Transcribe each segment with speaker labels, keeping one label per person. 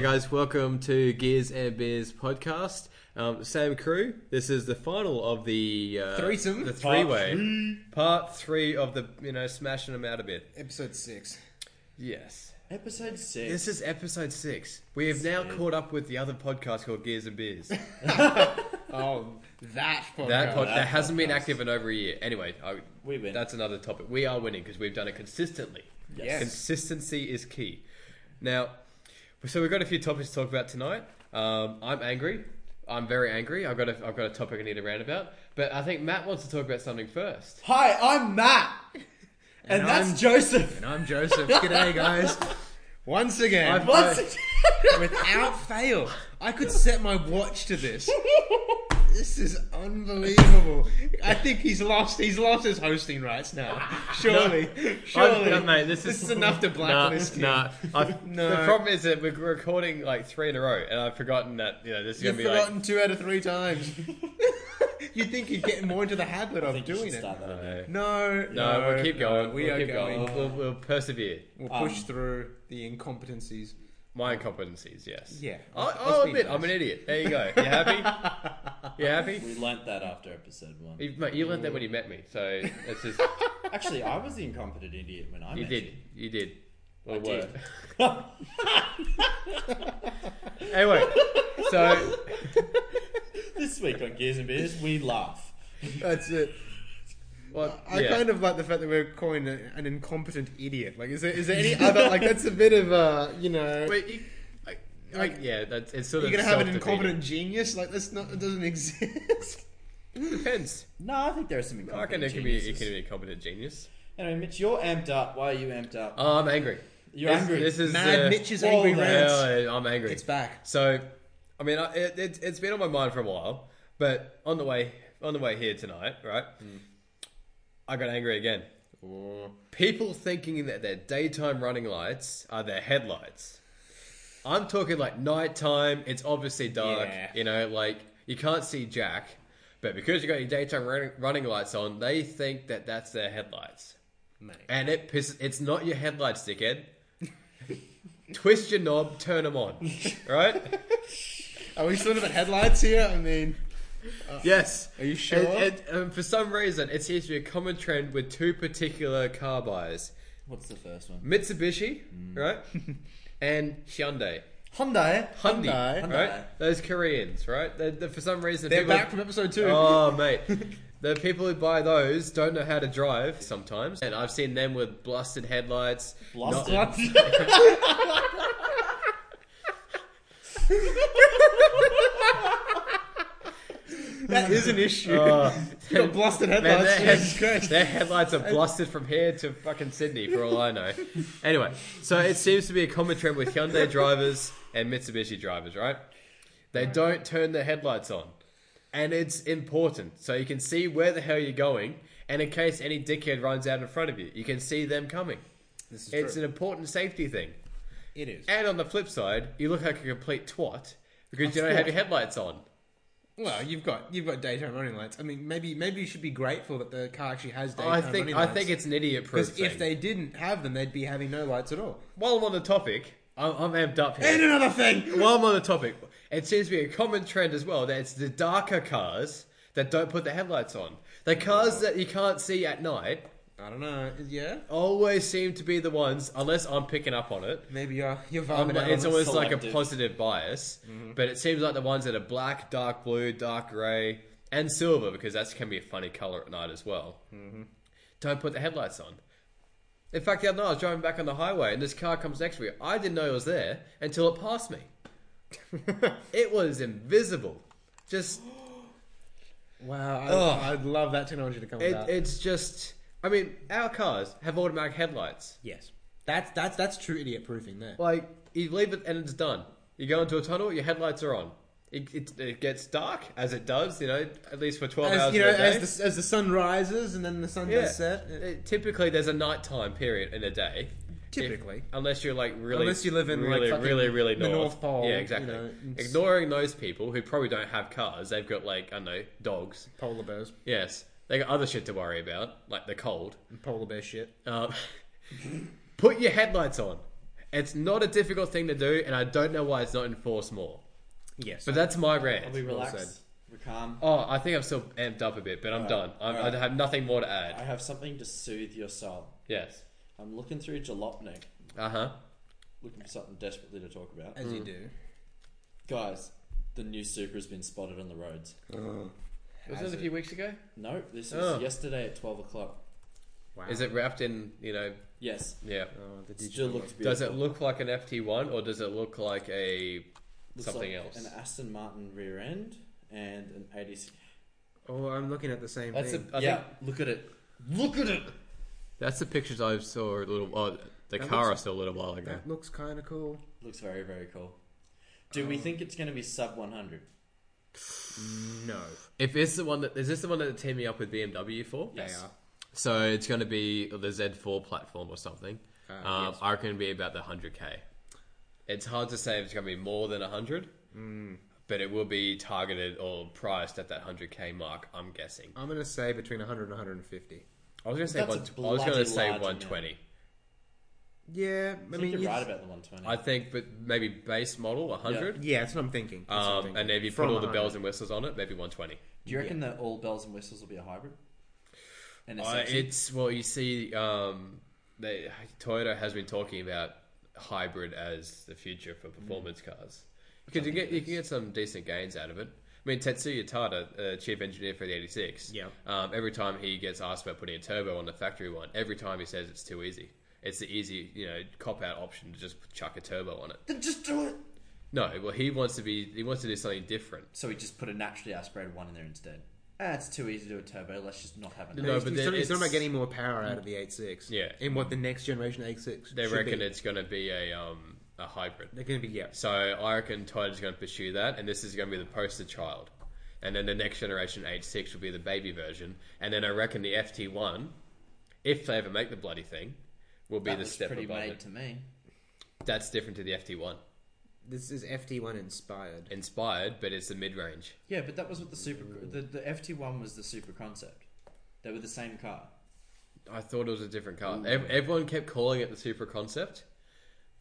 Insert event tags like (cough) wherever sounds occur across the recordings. Speaker 1: guys, welcome to Gears and Beers podcast. Um, Sam Crew, this is the final of the uh,
Speaker 2: Threesome.
Speaker 1: the
Speaker 2: Part
Speaker 1: three way, part three of the you know smashing them out a bit.
Speaker 2: Episode six.
Speaker 1: Yes,
Speaker 3: Episode six.
Speaker 1: this is episode six. We have now caught up with the other podcast called Gears and Beers.
Speaker 2: Oh, that podcast.
Speaker 1: That pod-
Speaker 3: That
Speaker 1: that hasn't been
Speaker 3: podcast.
Speaker 1: active in over a year. Anyway, I,
Speaker 3: We win.
Speaker 1: That's another topic. We are winning because we've done it consistently.
Speaker 2: Yes.
Speaker 1: Consistency is key. Now, so we've got a few topics to talk about tonight. Um, I'm angry. I'm very angry. I've got a, I've got a topic I need to rant about. But I think Matt wants to talk about something first.
Speaker 3: Hi, I'm Matt, and, that's
Speaker 4: I'm-
Speaker 3: Joseph.
Speaker 4: And I'm
Speaker 2: (laughs)
Speaker 4: Joseph. G'day, guys.
Speaker 2: Once again,
Speaker 1: I've-
Speaker 3: Once
Speaker 1: I-
Speaker 2: (laughs)
Speaker 3: again-
Speaker 2: without fail, I could set my watch to (laughs) this. This is unbelievable. I think he's lost. He's lost his hosting rights now. Surely, surely,
Speaker 1: No, mate, this,
Speaker 2: This is
Speaker 1: (laughs)
Speaker 2: enough to blacklist you.
Speaker 1: nah, Nah, I've-
Speaker 2: (laughs) No.
Speaker 1: The problem is that we're recording like three in a row, and I've forgotten that you know this is
Speaker 2: You've
Speaker 1: going to be like.
Speaker 2: forgotten two out of three times. (laughs) You'd think you'd get more into the habit
Speaker 3: I
Speaker 2: of
Speaker 3: think you
Speaker 2: doing
Speaker 3: should
Speaker 2: it.
Speaker 3: start that again.
Speaker 2: No,
Speaker 1: No, we'll keep
Speaker 2: no,
Speaker 1: going.
Speaker 2: we
Speaker 1: will
Speaker 2: are
Speaker 1: keep
Speaker 2: going.
Speaker 1: We'll, we'll persevere.
Speaker 2: We'll
Speaker 3: Um,
Speaker 2: push through the incompetencies.
Speaker 1: My incompetencies, yes.
Speaker 2: Yeah, Oh,
Speaker 1: I,
Speaker 2: let's-
Speaker 1: I'll
Speaker 2: let's be
Speaker 1: admit,
Speaker 2: nice.
Speaker 1: I'm an idiot. There you go. You happy?
Speaker 2: (laughs)
Speaker 1: you happy?
Speaker 3: We learnt that after episode one.
Speaker 1: You, mate, you learned that when you met me, so that's just
Speaker 3: Actually, I was the incompetent idiot when I
Speaker 1: you
Speaker 3: met
Speaker 1: did, you did. Well,
Speaker 3: I
Speaker 1: were.
Speaker 3: did.
Speaker 1: (laughs) anyway, so
Speaker 2: (laughs)
Speaker 3: you. This week on Gears and Beers, we laugh.
Speaker 2: (laughs) That's it.
Speaker 1: well,
Speaker 2: I
Speaker 1: yeah.
Speaker 2: kind of like the fact that we're calling a- an incompetent idiot. Like, is there is there (laughs) any other like that's a bit of a you know
Speaker 1: Wait, you, like, like, yeah, that's it's sort
Speaker 2: you're
Speaker 1: of
Speaker 2: gonna have an
Speaker 1: self-defeating.
Speaker 2: incompetent genius like that's not it doesn't (laughs) exist.
Speaker 1: Depends.
Speaker 3: No, I think there are some
Speaker 1: I reckon
Speaker 3: incompetent
Speaker 1: it can be it
Speaker 3: geniuses.
Speaker 1: can be a competent genius.
Speaker 3: Anyway, Mitch, you're amped up. Why are you amped up?
Speaker 1: Oh, I'm angry.
Speaker 3: You're
Speaker 1: This-
Speaker 3: angry.
Speaker 1: This is
Speaker 2: Mad
Speaker 1: uh,
Speaker 2: Mitch's
Speaker 3: Whoa
Speaker 2: angry
Speaker 3: there.
Speaker 2: rants.
Speaker 1: Yeah, I'm angry.
Speaker 2: It's back.
Speaker 1: So, I mean, I- it, it, it's been on my mind for a while, but on the way on the way here tonight, right? I got angry again. People thinking that their daytime running lights are their headlights. I'm talking like nighttime. It's obviously dark.
Speaker 2: Yeah.
Speaker 1: You know, like you can't see Jack, but because you got your daytime running, running lights on, they think that that's their headlights.
Speaker 2: Mate.
Speaker 1: And it pisses. It's not your headlights, dickhead. Twist your knob, turn them on. Right?
Speaker 2: Are we sort of at headlights here? I mean,
Speaker 1: Yes.
Speaker 2: Are you sure?
Speaker 1: And, and, um, for some reason, it seems to be a common trend with two particular car buyers
Speaker 3: What's the first one?
Speaker 1: Mitsubishi,
Speaker 2: Mm.
Speaker 1: right?
Speaker 2: (laughs)
Speaker 1: and Hyundai.
Speaker 2: Hyundai,
Speaker 1: Hyundai,
Speaker 2: Hyundai.
Speaker 1: right?
Speaker 3: Hyundai.
Speaker 1: Those Koreans, right? They're, they're- for some reason,
Speaker 2: They're
Speaker 1: people-
Speaker 2: back from episode two. (laughs)
Speaker 1: Oh, mate. The people who buy those don't know how to drive sometimes. And I've seen them with blasted headlights.
Speaker 3: Blasted.
Speaker 1: Not-
Speaker 3: (laughs)
Speaker 2: that is an issue.
Speaker 1: Oh,
Speaker 2: (laughs) You've got blasted
Speaker 1: Man,
Speaker 2: headlights.
Speaker 1: their, head-
Speaker 2: Jesus Christ.
Speaker 1: their headlights are blasted from here to fucking Sydney, for all I know. Anyway, so it seems to be a common trend with Hyundai drivers and Mitsubishi drivers, right? They don't turn their headlights on. And it's important. So you can see where the hell you're going. And in case any dickhead runs out in front of you, you can see them coming.
Speaker 2: This is
Speaker 1: It's an important safety thing.
Speaker 2: It is.
Speaker 1: And on the flip side, you look like a complete twat
Speaker 2: Oh,
Speaker 1: because you don't have your headlights on.
Speaker 2: Well, you've got you've got daytime running lights. I mean, maybe maybe you should be grateful that the car actually has daytime
Speaker 1: Oh, I think
Speaker 2: running
Speaker 1: I
Speaker 2: lights.
Speaker 1: think it's an idiot proof.
Speaker 2: because if they didn't have them, they'd be having no lights at all.
Speaker 1: While I'm on the topic, I'm, I'm amped up
Speaker 2: And
Speaker 1: here.
Speaker 2: another thing,
Speaker 1: While I'm on the topic, it seems to be a common trend as well that it's the darker cars that don't put the headlights on. The cars that you can't see at night
Speaker 2: I don't know. Yeah,
Speaker 1: always seem to be the ones, unless I'm picking up on it.
Speaker 2: maybe you're you're
Speaker 1: I'm
Speaker 2: vibing
Speaker 1: like-
Speaker 2: out.
Speaker 1: Um, it's
Speaker 2: on
Speaker 1: always
Speaker 2: this.
Speaker 1: like a
Speaker 3: selective.
Speaker 1: positive bias, but it seems like the ones that are black, dark blue, dark grey, and silver, because that can be a funny colour at night as well, don't put the headlights on. In fact, the other night I was driving back on the highway and this car comes next to me. I didn't know it was there until it passed me. it was invisible. Just,
Speaker 2: wow. I,
Speaker 1: Ugh.
Speaker 2: I'd love that technology to come
Speaker 1: it,
Speaker 2: about.
Speaker 1: it's just. I mean, our cars have automatic headlights.
Speaker 2: yes, that's that's that's true idiot proofing there.
Speaker 1: Like, you leave it and it's done. You go into a tunnel, your headlights are on. It, it, it gets dark, as it does, you know, at least for 12
Speaker 2: as
Speaker 1: hours
Speaker 2: you
Speaker 1: of
Speaker 2: know,
Speaker 1: the day.
Speaker 2: as the, as the sun rises and then the sun
Speaker 1: Yeah.
Speaker 2: does set. it-
Speaker 1: Uh, typically, there's a nighttime period in a day.
Speaker 2: Typically.
Speaker 1: If- unless you're like really,
Speaker 2: Unless you live in, like,
Speaker 1: really,
Speaker 2: fucking
Speaker 1: really, really
Speaker 2: the
Speaker 1: north.
Speaker 2: North Pole,
Speaker 1: Yeah,
Speaker 2: you
Speaker 1: exactly.
Speaker 2: know, it's-
Speaker 1: Ignoring those people who probably don't have cars, they've got like I don't know dogs.
Speaker 2: polar bears,
Speaker 1: Yes, they got other shit to worry about, like the cold. (laughs)
Speaker 2: polar bear shit.
Speaker 1: Um, put your headlights on. It's not a difficult thing to do, and I don't know why it's not enforced more.
Speaker 5: Yes.
Speaker 1: But that's my rant.
Speaker 3: Are we
Speaker 1: Well
Speaker 3: relaxed?
Speaker 1: said.
Speaker 3: We're calm.
Speaker 1: Oh, I think I'm still amped up a bit, but I'm
Speaker 3: Alright,
Speaker 1: done. I'm,
Speaker 3: alright.
Speaker 1: I have nothing more to add.
Speaker 3: I have something to soothe your soul.
Speaker 1: Yes.
Speaker 3: I'm looking through Jalopnik,
Speaker 1: Uh huh.
Speaker 3: looking for something desperately to talk about.
Speaker 5: as
Speaker 2: Mm.
Speaker 5: you do.
Speaker 3: Guys, the new Supra has been spotted on the roads.
Speaker 1: Was
Speaker 5: Has
Speaker 1: that a
Speaker 5: it?
Speaker 1: few weeks ago?
Speaker 3: No, this is
Speaker 1: Oh.
Speaker 3: yesterday at 12 o'clock.
Speaker 2: Wow.
Speaker 1: Is it wrapped in, you know,
Speaker 3: Yes,
Speaker 1: yeah.
Speaker 2: Oh, the
Speaker 3: it still
Speaker 2: digital
Speaker 3: looks beautiful.
Speaker 1: Does it look like an FT1 or does it look like a.
Speaker 3: Looks
Speaker 1: something
Speaker 3: like
Speaker 1: else?
Speaker 3: An Aston Martin rear end and an 86.
Speaker 2: one. Oh, I'm looking at the same
Speaker 1: That's a,
Speaker 2: thing.
Speaker 1: I
Speaker 3: yeah,
Speaker 1: think
Speaker 3: look at it. Look at it.
Speaker 1: that's the pictures I saw a little. Oh, the
Speaker 2: That
Speaker 1: car
Speaker 2: looks-
Speaker 1: I saw a little while ago.
Speaker 2: That looks kind of cool.
Speaker 3: Looks very very cool. Do
Speaker 1: Um,
Speaker 3: we think it's going to be sub 100?
Speaker 2: No.
Speaker 1: If it's the one that is this the one that they're teaming up with BMW for?
Speaker 3: Yes.
Speaker 2: They are.
Speaker 1: So it's going to be the Z4 platform or something.
Speaker 2: Ah,
Speaker 1: um, I reckon it'd be about the 100k. It's hard to say if it's going to be more than 100,
Speaker 3: Hmm.
Speaker 1: but it will be targeted or priced at that 100k mark. I'm guessing.
Speaker 2: I'm going to say between 100 and 150.
Speaker 1: I was going to say
Speaker 3: That's
Speaker 1: one,
Speaker 3: a
Speaker 1: I was going
Speaker 3: bloody
Speaker 1: to say
Speaker 3: large
Speaker 1: 120.
Speaker 2: Yeah, I,
Speaker 3: I,
Speaker 2: mean,
Speaker 3: think you're
Speaker 2: you-
Speaker 3: right about the 120.
Speaker 1: I think, but maybe base model 100.
Speaker 2: yeah, that's what I'm thinking. That's what I'm
Speaker 1: Um,
Speaker 2: thinking.
Speaker 1: and if you
Speaker 2: From
Speaker 1: put all the
Speaker 2: 100.
Speaker 1: bells and whistles on it, maybe 120.
Speaker 3: Do you reckon that all bells and whistles will be a hybrid? And a
Speaker 1: Uh,
Speaker 3: section?
Speaker 1: it's well, you see, um, they, Toyota has been talking about hybrid as the future for performance
Speaker 2: Mm.
Speaker 1: cars because you get you can get some decent gains out of it. I mean, Tetsuya Tada, uh, chief engineer for the '86,
Speaker 2: Yeah.
Speaker 1: um, every time he gets asked about putting a turbo on the factory one, every time he says it's too easy. It's the easy, you know, cop out option to just chuck a turbo on it.
Speaker 3: Then just do it.
Speaker 1: No, well, he wants to be, he wants to do something different.
Speaker 3: So we just put a naturally aspirated one in there instead. Ah, it's too easy to do a turbo. Let's just not have it.
Speaker 1: No,
Speaker 2: No,
Speaker 1: but
Speaker 2: but it's,
Speaker 1: then
Speaker 2: not- it's not
Speaker 1: it's-
Speaker 2: about getting more power out of the 8.6.
Speaker 1: Yeah.
Speaker 2: In what the next generation 8.6
Speaker 1: They
Speaker 2: should
Speaker 1: reckon
Speaker 2: be.
Speaker 1: it's going to be a um, a hybrid.
Speaker 2: They're going to be, yeah.
Speaker 1: So I reckon Toyota's going to pursue that, and this is going to be the poster child. And then the next generation H6 will be the baby version, and then I reckon the FT1, if they ever make the bloody thing, will be
Speaker 3: That
Speaker 1: the
Speaker 3: looks
Speaker 1: step
Speaker 3: pretty
Speaker 1: above
Speaker 3: made
Speaker 1: it.
Speaker 3: to me.
Speaker 1: That's different to the FT1.
Speaker 2: This is FT1 inspired.
Speaker 1: Inspired, but it's the mid-range.
Speaker 3: Yeah, but that was what the super the, the FT one was the super concept. They were the same car.
Speaker 1: I thought it was a different car. Ev- everyone kept calling it the Super Concept,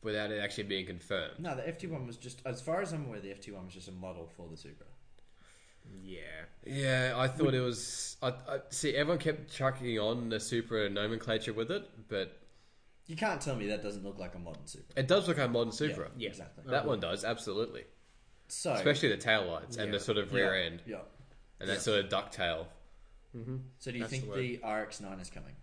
Speaker 1: without it actually being confirmed.
Speaker 3: No, the FT one was just as far as I'm aware, the FT one was just a model for the Supra.
Speaker 2: Yeah.
Speaker 1: Yeah, I thought it was. I, I see everyone kept chucking on the Super nomenclature with it, but
Speaker 3: You can't tell me that doesn't look like a modern Supra.
Speaker 1: it does look like a modern Supra.
Speaker 3: Yeah, exactly.
Speaker 1: That one does, absolutely.
Speaker 3: So
Speaker 1: Especially the tail lights and the
Speaker 2: Yeah.
Speaker 1: sort of
Speaker 3: yeah,
Speaker 1: rear end
Speaker 3: Yeah.
Speaker 1: and that sort of ducktail.
Speaker 3: So do you
Speaker 2: That's
Speaker 3: think
Speaker 2: the
Speaker 3: the, RX nine is coming?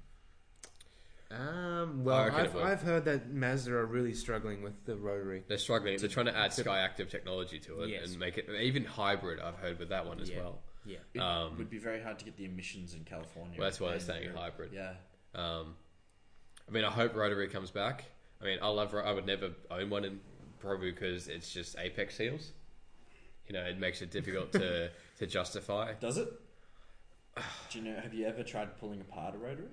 Speaker 2: Um,
Speaker 1: I
Speaker 2: well,
Speaker 1: reckon it
Speaker 2: I've,
Speaker 1: will.
Speaker 2: I've heard that Mazda are really struggling with the rotary.
Speaker 1: They're struggling. They're trying to add Sky Active technology to it
Speaker 2: Yes.
Speaker 1: and make it even hybrid. I've heard with that one as
Speaker 2: Yeah.
Speaker 1: well.
Speaker 2: Yeah.
Speaker 3: It
Speaker 1: Um,
Speaker 3: would be very hard to get the emissions in California.
Speaker 1: Well, that's why they're
Speaker 3: and
Speaker 1: saying
Speaker 3: Europe.
Speaker 1: hybrid.
Speaker 3: Yeah.
Speaker 1: Um, I mean, I hope Rotary comes back. I mean, I love. Ro- I would never own one, in, probably because it's just apex seals. You know, it makes it difficult
Speaker 3: (laughs)
Speaker 1: to to justify. (sighs)
Speaker 3: Does it? Do you know? Have you ever tried pulling apart a rotary?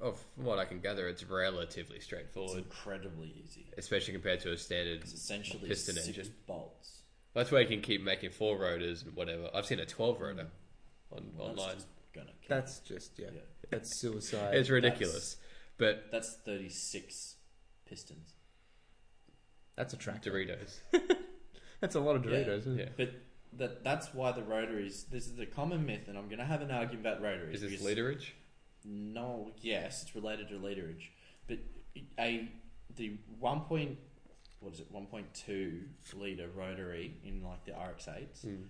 Speaker 1: Oh, from what I can gather, it's relatively
Speaker 3: It's
Speaker 1: straightforward,
Speaker 3: incredibly easy.
Speaker 1: especially compared to a standard.
Speaker 3: It's essentially
Speaker 1: Piston
Speaker 3: six
Speaker 1: engine.
Speaker 3: bolts.
Speaker 1: That's why you can keep making four rotors and whatever. I've seen a
Speaker 2: Mm.
Speaker 1: twelve rotor on
Speaker 3: That's
Speaker 1: online.
Speaker 3: just gonna kill
Speaker 2: That's just, yeah.
Speaker 3: Yeah.
Speaker 2: That's suicide.
Speaker 1: It's ridiculous, but
Speaker 3: me. That's thirty six pistons.
Speaker 2: That's a tractor. (laughs)
Speaker 1: Doritos.
Speaker 2: That's a lot of
Speaker 3: Yeah.
Speaker 2: Doritos, isn't
Speaker 1: Yeah.
Speaker 2: it?
Speaker 3: But that that's why the rotaries. This is a common myth, and I'm going to have an argument about rotaries.
Speaker 1: Is this
Speaker 3: because-
Speaker 1: literage?
Speaker 3: No, yes, it's related to literage, but a the one point what is it one point two liter rotary in like the RX eights.
Speaker 1: Hmm.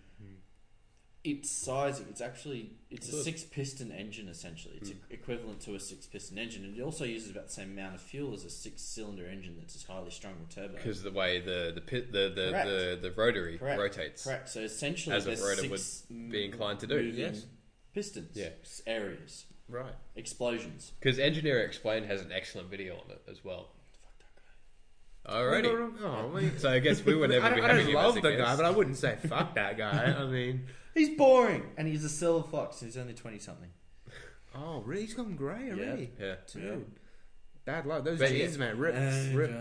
Speaker 3: It's sizing. It's actually it's a
Speaker 1: Good. Hmm.
Speaker 3: six piston engine essentially. It's equivalent to a six piston engine, and it also uses about the same amount of fuel as a six cylinder engine that's a highly strong with turbo.
Speaker 1: Because the way the the pit, the
Speaker 3: Correct.
Speaker 1: the, the the rotary
Speaker 3: Correct.
Speaker 1: rotates.
Speaker 3: Correct. So essentially,
Speaker 1: As a
Speaker 3: there's
Speaker 1: rotor would
Speaker 3: six
Speaker 1: be inclined to do,
Speaker 3: moving
Speaker 1: yes.
Speaker 3: Pistons.
Speaker 1: Yeah.
Speaker 3: s- Areas.
Speaker 2: Right.
Speaker 3: Explosions.
Speaker 1: Because Engineer Explained has an excellent video on it as well.
Speaker 3: Fuck that guy.
Speaker 2: No,
Speaker 1: Alrighty.
Speaker 2: no, no, oh, well,
Speaker 1: So I guess we would never
Speaker 2: (laughs) I don't,
Speaker 1: be
Speaker 2: I
Speaker 1: having
Speaker 2: don't
Speaker 1: him as
Speaker 2: love
Speaker 1: a
Speaker 2: the guy,
Speaker 1: guest.
Speaker 2: but I wouldn't say fuck (laughs) that guy. I mean,
Speaker 3: He's boring, and he's a silver fox, and he's only twenty something.
Speaker 2: oh, really? He's gone grey already.
Speaker 1: Yeah.
Speaker 2: Dude, bad luck. Those
Speaker 1: But yeah.
Speaker 2: jeans, man, rip,
Speaker 3: Uh,
Speaker 2: rip.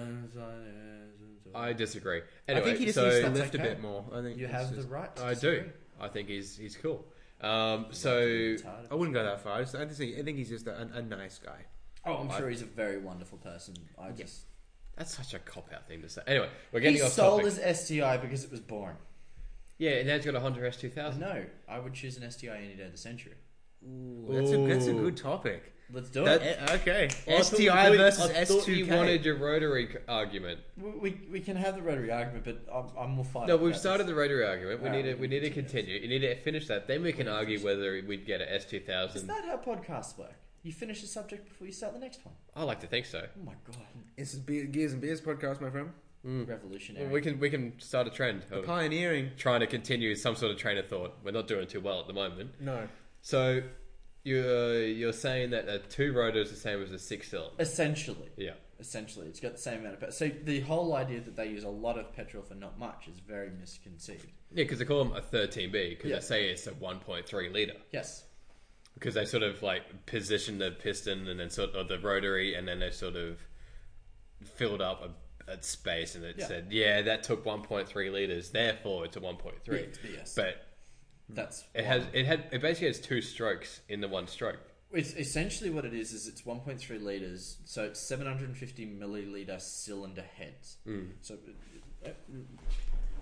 Speaker 1: I disagree.
Speaker 2: I
Speaker 1: Anyway,
Speaker 2: think he just
Speaker 1: so
Speaker 2: needs to
Speaker 3: that's
Speaker 2: lift
Speaker 3: okay.
Speaker 2: a bit more. I think
Speaker 3: You
Speaker 2: it's
Speaker 3: have
Speaker 2: just-
Speaker 3: the right. To
Speaker 1: I do.
Speaker 3: disagree.
Speaker 1: I think he's he's cool. Um, so
Speaker 3: Retarded.
Speaker 2: I wouldn't go that far. I, just, I just think I think he's just a, a, a nice guy.
Speaker 3: Oh, I'm sure he's a very wonderful person. I just
Speaker 1: That's such a cop out thing to say. Anyway, we're
Speaker 3: He
Speaker 1: getting off
Speaker 3: sold
Speaker 1: topic.
Speaker 3: his STI because it was boring.
Speaker 1: Yeah, and now he's got a Honda S two
Speaker 3: I
Speaker 1: thousand.
Speaker 3: know. I would choose an STI any day of the century.
Speaker 2: Ooh, that's, a, that's a good topic.
Speaker 3: Let's do
Speaker 2: That-
Speaker 3: it.
Speaker 2: okay.
Speaker 1: Well, I thought you
Speaker 2: STI
Speaker 1: wanted-
Speaker 2: versus
Speaker 1: I thought You
Speaker 2: S2K.
Speaker 1: wanted your rotary c- argument.
Speaker 3: We, we, we can have the rotary argument, but I'm, I'm more fired.
Speaker 1: No,
Speaker 3: up about
Speaker 1: we've
Speaker 3: this.
Speaker 1: started the rotary argument. We
Speaker 3: Alright,
Speaker 1: need to we
Speaker 3: we can
Speaker 1: need to
Speaker 3: continue.
Speaker 1: continue. You need to finish that. Then we can argue whether we'd get an S two
Speaker 3: Is
Speaker 1: thousand.
Speaker 3: that how podcasts work? You finish a subject before you start the next one.
Speaker 1: I like to think so.
Speaker 3: Oh my god,
Speaker 1: Hmm.
Speaker 2: This is Beer, Gears and Beers podcast, my friend.
Speaker 3: revolutionary!
Speaker 1: Well, we can we can start a trend of
Speaker 2: Pioneering.
Speaker 1: trying to continue some sort of train of thought. We're not doing too well at the moment.
Speaker 2: No.
Speaker 1: So you're you're saying that a two rotor is the same as a six cylinder.
Speaker 3: Essentially,
Speaker 1: Yeah.
Speaker 3: essentially, it's got the same amount of. Pe- so the whole idea that they use a lot of petrol for not much is very misconceived.
Speaker 1: Yeah, because they call them a 13B because
Speaker 3: Yeah.
Speaker 1: they say it's a 1.3 liter
Speaker 3: Yes,
Speaker 1: because they sort of like position the piston and then sort of the rotary and then they sort of filled up a, a space and it
Speaker 3: Yeah.
Speaker 1: said, yeah, that took 1.3 liters, therefore it's a 1.3.
Speaker 3: Yeah, yes.
Speaker 1: But
Speaker 3: that's
Speaker 1: it
Speaker 3: why.
Speaker 1: has it had it basically has two strokes in the one stroke.
Speaker 3: It's essentially what it is is it's 1.3 liters, so it's 750 milliliter cylinder heads.
Speaker 1: Hmm.
Speaker 3: Mm. So uh, uh,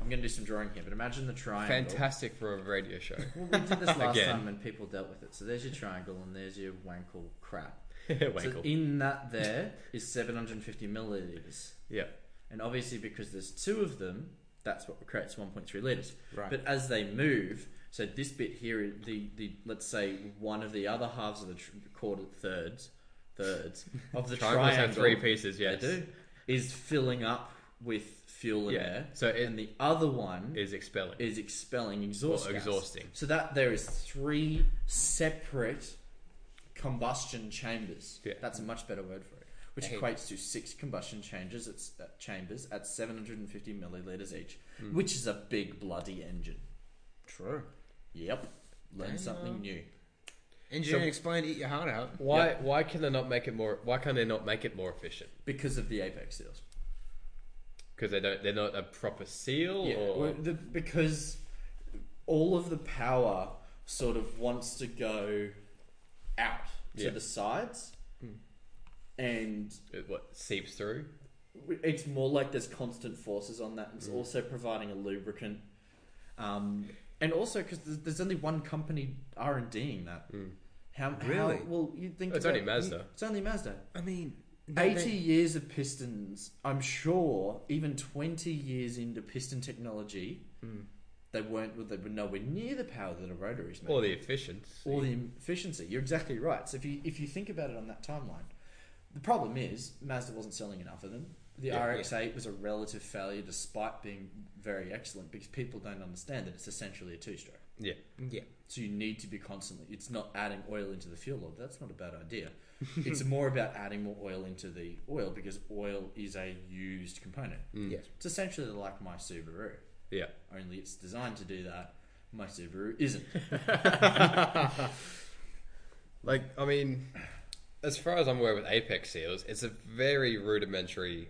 Speaker 3: I'm going to do some drawing here, but imagine the triangle.
Speaker 1: Fantastic for a radio
Speaker 3: (laughs)
Speaker 1: show.
Speaker 3: Well, we did this last
Speaker 1: Again.
Speaker 3: time and people dealt with it. So there's your triangle and there's your wankle crap. So
Speaker 1: Wankel.
Speaker 3: in that there is 750 milliliters,
Speaker 1: yeah.
Speaker 3: and obviously because there's two of them, that's what creates 1.3 liters.
Speaker 2: Right.
Speaker 3: But as they move, so this bit here, the the let's say one of the other halves of the tr- quarter thirds,
Speaker 1: (laughs)
Speaker 3: thirds of the
Speaker 1: Triangles
Speaker 3: triangle,
Speaker 1: have three pieces,
Speaker 3: they
Speaker 1: yes.
Speaker 3: do, is filling up with fuel and
Speaker 1: Yeah.
Speaker 3: air.
Speaker 1: So it-
Speaker 3: and the other one
Speaker 1: Is expelling.
Speaker 3: is expelling exhaust
Speaker 1: Or
Speaker 3: gas.
Speaker 1: exhausting.
Speaker 3: So that there is three separate combustion chambers.
Speaker 1: Yeah.
Speaker 3: That's a much better word for it. Which
Speaker 1: Hey.
Speaker 3: equates to six combustion chambers at, s- uh, chambers at 750 milliliters each,
Speaker 1: Hmm.
Speaker 3: which is a big bloody engine.
Speaker 2: True.
Speaker 3: Yep. Learn
Speaker 2: Damn.
Speaker 3: something new.
Speaker 2: Engineering explained, eat your heart out.
Speaker 1: Why why can they not make it more why can they not make it more efficient?
Speaker 3: Because of the apex seals.
Speaker 1: Because they don't they're not a proper seal
Speaker 3: Yeah,
Speaker 1: or
Speaker 3: well, the, because all of the power sort of wants to go out to
Speaker 1: Yeah. Hmm.
Speaker 3: the sides, and
Speaker 1: it- what seeps through?
Speaker 3: it's more like there's constant forces on that. It's also providing a lubricant, um, and also because there's, there's only one company R and Ding that. How, how-
Speaker 2: Really?
Speaker 3: well, you think
Speaker 1: It's only
Speaker 3: about-
Speaker 1: Mazda.
Speaker 3: It's only Mazda.
Speaker 2: I mean,
Speaker 3: 80 years of pistons, I'm sure, even 20 years into piston technology,
Speaker 2: Hmm.
Speaker 3: they weren't, they were nowhere near the power that a rotary's made.
Speaker 1: Or the efficiency.
Speaker 3: Or the efficiency. You're exactly right. So if you, if you think about it on that timeline, the problem is Mazda wasn't selling enough of them. The
Speaker 1: Yeah,
Speaker 3: RX 8 was a relative failure despite being very excellent because people don't understand that it's essentially a two stroke.
Speaker 1: yeah.
Speaker 2: Yeah.
Speaker 3: So you need to be constantly. It's not adding oil into the fuel oil. That's not a
Speaker 1: (laughs)
Speaker 3: bad idea. it's more about adding more oil into the oil because oil is a used component.
Speaker 2: Hmm. Yes.
Speaker 3: It's essentially like my Subaru,
Speaker 1: Yeah.
Speaker 3: only it's designed to do that. My Subaru
Speaker 1: (laughs)
Speaker 3: isn't.
Speaker 1: Like I mean as far as I'm aware with apex seals, it's a very rudimentary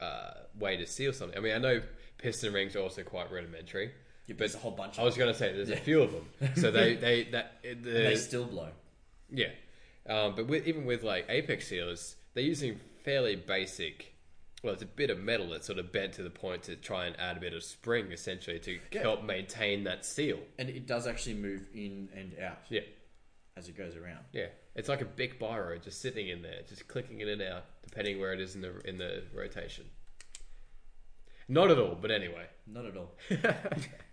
Speaker 1: uh, way to seal something. I mean, I know piston rings are also quite rudimentary.
Speaker 3: Yeah, but there's a whole bunch
Speaker 1: I
Speaker 3: of.
Speaker 1: was going to say there's a few of
Speaker 3: (laughs)
Speaker 1: them, so they they that it- the,
Speaker 3: them. They still blow.
Speaker 1: Yeah, um, but with, even with like apex sealers, they're using fairly basic. Well, it's a bit of metal that's sort of bent to the point to try and add a bit of spring, essentially, to
Speaker 3: Yeah.
Speaker 1: help maintain that seal.
Speaker 3: And it does actually move in and out
Speaker 1: Yeah,
Speaker 3: as it goes around.
Speaker 1: yeah. It's like a big biro just sitting in there, just clicking in and out, depending where it is in the in the rotation. Not at all, but anyway.
Speaker 3: Not
Speaker 1: (laughs)
Speaker 3: at all.